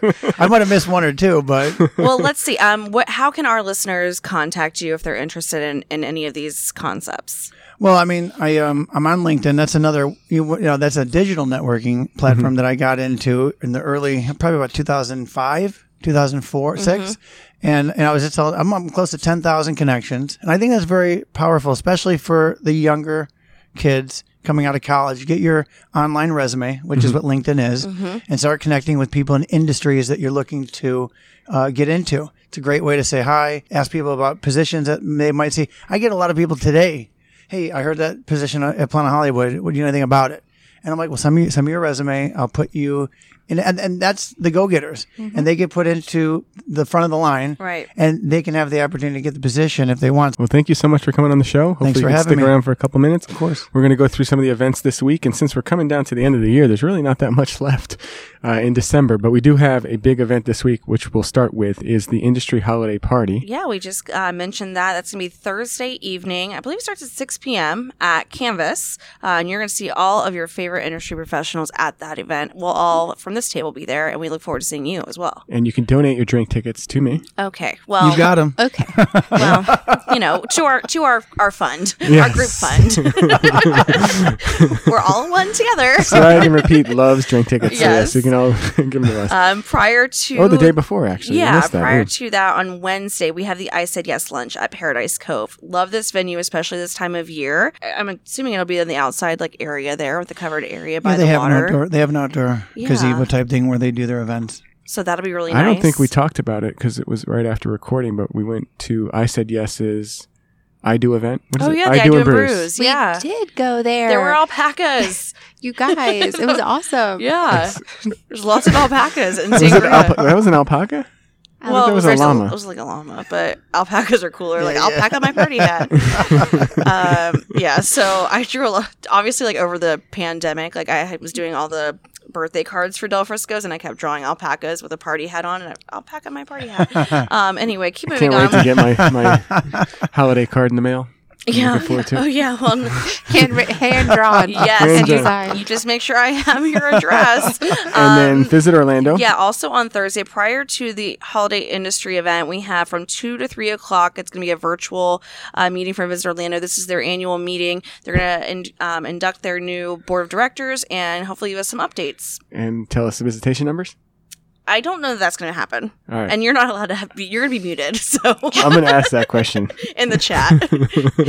Speaker 3: [laughs]
Speaker 2: Right.
Speaker 5: I might have missed one or two, but
Speaker 2: well, let's see. Um, what? How can our listeners contact you if they're interested in in any of these concepts?
Speaker 5: Well, I mean, I um, I'm on LinkedIn. That's another you, you know that's a digital networking platform that I got into in the early probably about 2005, 2004, six, and and I was just telling I'm, I'm close to 10,000 connections, and I think that's very powerful, especially for the younger kids coming out of college. Get your online resume, which is what LinkedIn is, and start connecting with people in industries that you're looking to uh, get into. It's a great way to say hi, ask people about positions that they might see. I get a lot of people today hey, I heard that position at Planet Hollywood. What do you know anything about it? And I'm like, well, send me, send me your resume. I'll put you in. And, and that's the go getters. And they get put into the front of the line.
Speaker 2: Mm-hmm. Right.
Speaker 5: And they can have the opportunity to get the position if they want.
Speaker 3: Well, thank you so much for coming on the show. Hopefully
Speaker 5: Thanks for
Speaker 3: you can
Speaker 5: having
Speaker 3: stick
Speaker 5: me.
Speaker 3: around for a couple minutes. Of course. We're going to go through some of the events this week. And since we're coming down to the end of the year, there's really not that much [laughs] left uh, in December. But we do have a big event this week, which we'll start with, is the Industry Holiday Party.
Speaker 2: Yeah, we just uh, mentioned that. That's going to be Thursday evening. I believe it starts at 6 p.m. at Canvas. Uh, and you're going to see all of your favorite favorite industry professionals at that event. We'll all from this table be there, and we look forward to seeing you as well.
Speaker 3: And you can donate your drink tickets
Speaker 2: [laughs]
Speaker 3: to me.
Speaker 2: Okay. Well,
Speaker 5: you got him.
Speaker 4: Okay.
Speaker 2: well, you know, to our to our our fund, our group
Speaker 3: Yes.
Speaker 2: fund. [laughs] We're all in one together.
Speaker 3: Slide and repeat loves drink tickets. So
Speaker 2: Yes.
Speaker 3: yes, you can all [laughs] give them to us.
Speaker 2: Um, prior to
Speaker 3: oh, the day before actually. I
Speaker 2: Yeah,
Speaker 3: missed that.
Speaker 2: prior
Speaker 3: Mm.
Speaker 2: to that, on Wednesday, we have the I Said Yes lunch at Paradise Cove. Love this venue, especially this time of year. I- I'm assuming it'll be in the outside like area there with the covered area [laughs] by
Speaker 5: Yeah, they
Speaker 2: the
Speaker 5: have an
Speaker 2: water.
Speaker 5: outdoor. They have an outdoor
Speaker 2: Yeah.
Speaker 5: gazebo type thing where they do their events.
Speaker 2: So that'll be really
Speaker 3: I
Speaker 2: nice.
Speaker 3: don't think we talked about it because it was right after recording, but we went to I Said Yes's I Do event. What is
Speaker 2: Oh
Speaker 3: it?
Speaker 2: yeah, the I do and brews.
Speaker 4: We
Speaker 2: Yeah.
Speaker 4: did go there.
Speaker 2: There were alpacas.
Speaker 4: you guys.
Speaker 2: [laughs]
Speaker 4: It was
Speaker 3: [laughs]
Speaker 4: awesome.
Speaker 2: yeah. There's lots of alpacas in
Speaker 3: Was it
Speaker 2: Sangria.
Speaker 3: alpa- that was an alpaca?
Speaker 4: I
Speaker 2: well,
Speaker 3: thought that was a
Speaker 2: first
Speaker 3: llama.
Speaker 2: It was like a llama, but alpacas are cooler. like
Speaker 5: Yeah,
Speaker 2: I'll
Speaker 5: yeah.
Speaker 2: pack up my party
Speaker 5: [laughs]
Speaker 2: hat. um, yeah, so I drew a lot. Obviously, like over the pandemic, like I had- was doing all the birthday cards for Del Frisco's, and I kept drawing alpacas with a party hat on, and I- I'll pack up my party
Speaker 5: [laughs]
Speaker 2: hat. um, anyway, keep moving on.
Speaker 3: Can't wait to
Speaker 2: [laughs]
Speaker 3: get my, my holiday card in the mail.
Speaker 2: yeah.
Speaker 3: looking forward to it.
Speaker 2: Oh yeah. Well,
Speaker 3: [laughs]
Speaker 2: I'm-
Speaker 4: Hand, hand
Speaker 2: [laughs]
Speaker 4: drawn.
Speaker 2: yes.
Speaker 3: Hand
Speaker 2: and
Speaker 3: drawn.
Speaker 4: Design.
Speaker 2: You just make sure I have your address.
Speaker 3: [laughs]
Speaker 2: Um,
Speaker 3: And then visit Orlando.
Speaker 2: Yeah, also on Thursday, prior to the holiday industry event, we have from 2 to 3 o'clock, it's going to be a virtual uh, meeting from Visit Orlando. This is their annual meeting. They're going to in, um, induct their new board of directors and hopefully give us some updates.
Speaker 3: And tell us the visitation numbers.
Speaker 2: I don't know that that's going to happen.
Speaker 3: All right. Um,
Speaker 2: And you're not allowed to have, you're going to be muted. [laughs] So
Speaker 3: I'm going to ask
Speaker 2: [laughs]
Speaker 3: that question.
Speaker 2: in the
Speaker 3: [laughs]
Speaker 2: chat,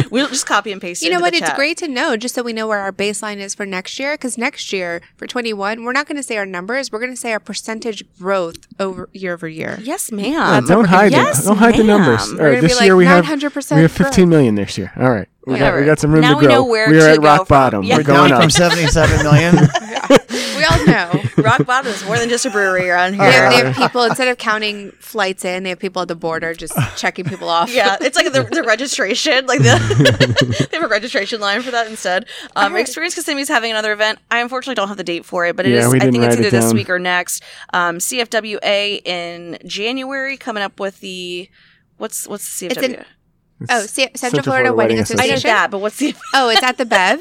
Speaker 2: we'll just copy and paste it
Speaker 4: You know
Speaker 2: into
Speaker 4: what?
Speaker 2: the
Speaker 4: It's
Speaker 2: chat.
Speaker 4: great to know just so we know where our baseline is for next year. Because next year for 21, we're not going to say our numbers. We're going to say our percentage growth over year over year.
Speaker 2: Yes,
Speaker 3: Yeah,
Speaker 2: ma'am.
Speaker 3: Uh, don't hide them.
Speaker 2: Yes,
Speaker 3: Don't hide the numbers.
Speaker 2: ma'am.
Speaker 3: All right,
Speaker 4: gonna be
Speaker 3: this
Speaker 4: like
Speaker 3: year we have
Speaker 4: 900%
Speaker 3: we have 15
Speaker 4: growth.
Speaker 3: million this year. All right, we got, we
Speaker 2: Whatever.
Speaker 3: got some room
Speaker 2: Now
Speaker 3: to
Speaker 2: we
Speaker 3: grow.
Speaker 2: know where
Speaker 3: we are
Speaker 2: to
Speaker 3: at rock
Speaker 2: go from.
Speaker 3: bottom.
Speaker 2: Yeah.
Speaker 3: We're
Speaker 5: Down
Speaker 3: going up.
Speaker 5: from seventy-seven [laughs] million.
Speaker 4: We
Speaker 3: [laughs]
Speaker 4: all know.
Speaker 2: Rock Bottom is more than just a brewery around here.
Speaker 4: They have, they have people instead of counting flights in, they have people at the border just
Speaker 3: [laughs]
Speaker 4: checking people off.
Speaker 2: Yeah, it's like the, the registration, like
Speaker 3: [laughs]
Speaker 2: the [laughs] they have a registration line for that instead. Um, Experience Kissimmee is having another event. I unfortunately don't have the date for it, but it
Speaker 3: Yeah,
Speaker 2: is.
Speaker 3: we
Speaker 2: I
Speaker 3: didn't
Speaker 2: think it's
Speaker 3: write it
Speaker 2: either this
Speaker 3: down.
Speaker 2: week or next. Um, CFWA in January coming up with the what's what's the CFWA?
Speaker 4: It's an- [laughs] Oh, C- Central, Florida, Wedding
Speaker 2: I
Speaker 4: Association.
Speaker 2: know that, but what's the?
Speaker 4: Oh, it's at the Bev.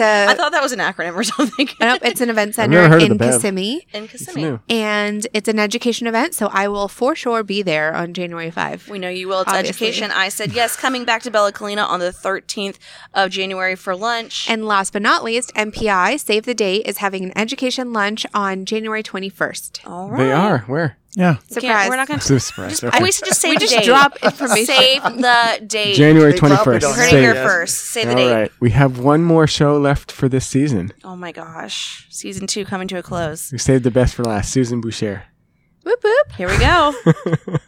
Speaker 2: [laughs] I
Speaker 4: a
Speaker 2: thought that was an acronym or something.
Speaker 4: nope, it's an event
Speaker 3: I've never
Speaker 4: center
Speaker 3: heard of the
Speaker 4: in
Speaker 3: Bev.
Speaker 4: Kissimmee,
Speaker 2: In
Speaker 3: It's
Speaker 2: Kissimmee,
Speaker 3: new.
Speaker 4: and it's an education event. So I will for sure be there on January 5.
Speaker 2: we know you will. It's
Speaker 4: Obviously.
Speaker 2: education. I said yes. Coming back to Bella Kalina on the thirteenth of January for lunch.
Speaker 4: And last but not least, MPI Save the Date is having an education lunch on January 21st.
Speaker 2: all
Speaker 3: They are where?
Speaker 5: yeah.
Speaker 2: Oh, We can't-
Speaker 4: Surprise!
Speaker 2: We're not going to.
Speaker 3: So surprised.
Speaker 2: I
Speaker 3: Okay.
Speaker 2: always just say
Speaker 4: We
Speaker 2: the
Speaker 4: just
Speaker 2: date.
Speaker 4: drop information.
Speaker 2: Save the date.
Speaker 3: January
Speaker 5: They probably
Speaker 3: 21st.
Speaker 5: don't
Speaker 2: Heard it
Speaker 5: have
Speaker 3: Save
Speaker 2: here
Speaker 5: it.
Speaker 2: first. Say the
Speaker 3: All
Speaker 2: date.
Speaker 3: right, we have one more show left for this season.
Speaker 2: Oh my gosh. Season two coming to a close.
Speaker 3: We saved the best for last. Susan Boucher.
Speaker 4: Whoop whoop!
Speaker 2: Here we go.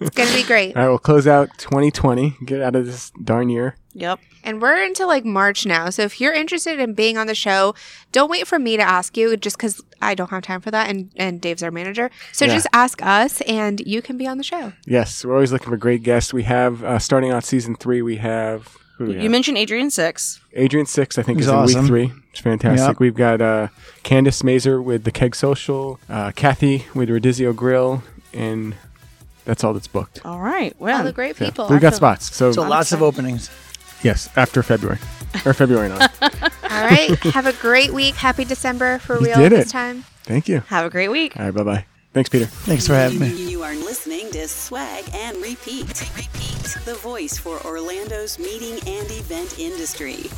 Speaker 4: It's gonna be
Speaker 3: [laughs]
Speaker 4: great.
Speaker 3: All right, we'll close out 2020. Get out of this darn year.
Speaker 2: yep.
Speaker 4: And we're into like March now. So if you're interested in being on the show, don't wait for me to ask you just because I don't have time for that. And, and Dave's our manager. So
Speaker 3: Yeah.
Speaker 4: just ask us and you can be on the show.
Speaker 3: Yes, we're always looking for great guests. We have uh, starting out season three. We have who do we
Speaker 2: You
Speaker 3: have?
Speaker 2: mentioned Adrian Six.
Speaker 3: Adrian Six, I think,
Speaker 5: He's
Speaker 3: is in
Speaker 5: awesome.
Speaker 3: week three. It's fantastic.
Speaker 5: Yep.
Speaker 3: We've got uh, Candace Mazer with the Keg Social, uh, Kathy with Radizio Grill, and that's all that's booked.
Speaker 2: All right.
Speaker 4: All
Speaker 2: Well,
Speaker 4: the great
Speaker 3: Yeah.
Speaker 4: people.
Speaker 3: We've got spots. So,
Speaker 5: So lots of openings.
Speaker 3: yes, after February or February now.
Speaker 4: All right.
Speaker 2: [laughs]
Speaker 4: Have a great week. Happy December for
Speaker 3: You
Speaker 4: real
Speaker 3: did
Speaker 4: this
Speaker 3: it.
Speaker 4: time.
Speaker 3: Thank you.
Speaker 2: have a great week.
Speaker 3: All right, bye bye. Thanks, Peter.
Speaker 5: Thanks for having me.
Speaker 6: You are listening to Swag and Repeat. Repeat. The voice for Orlando's meeting and event industry.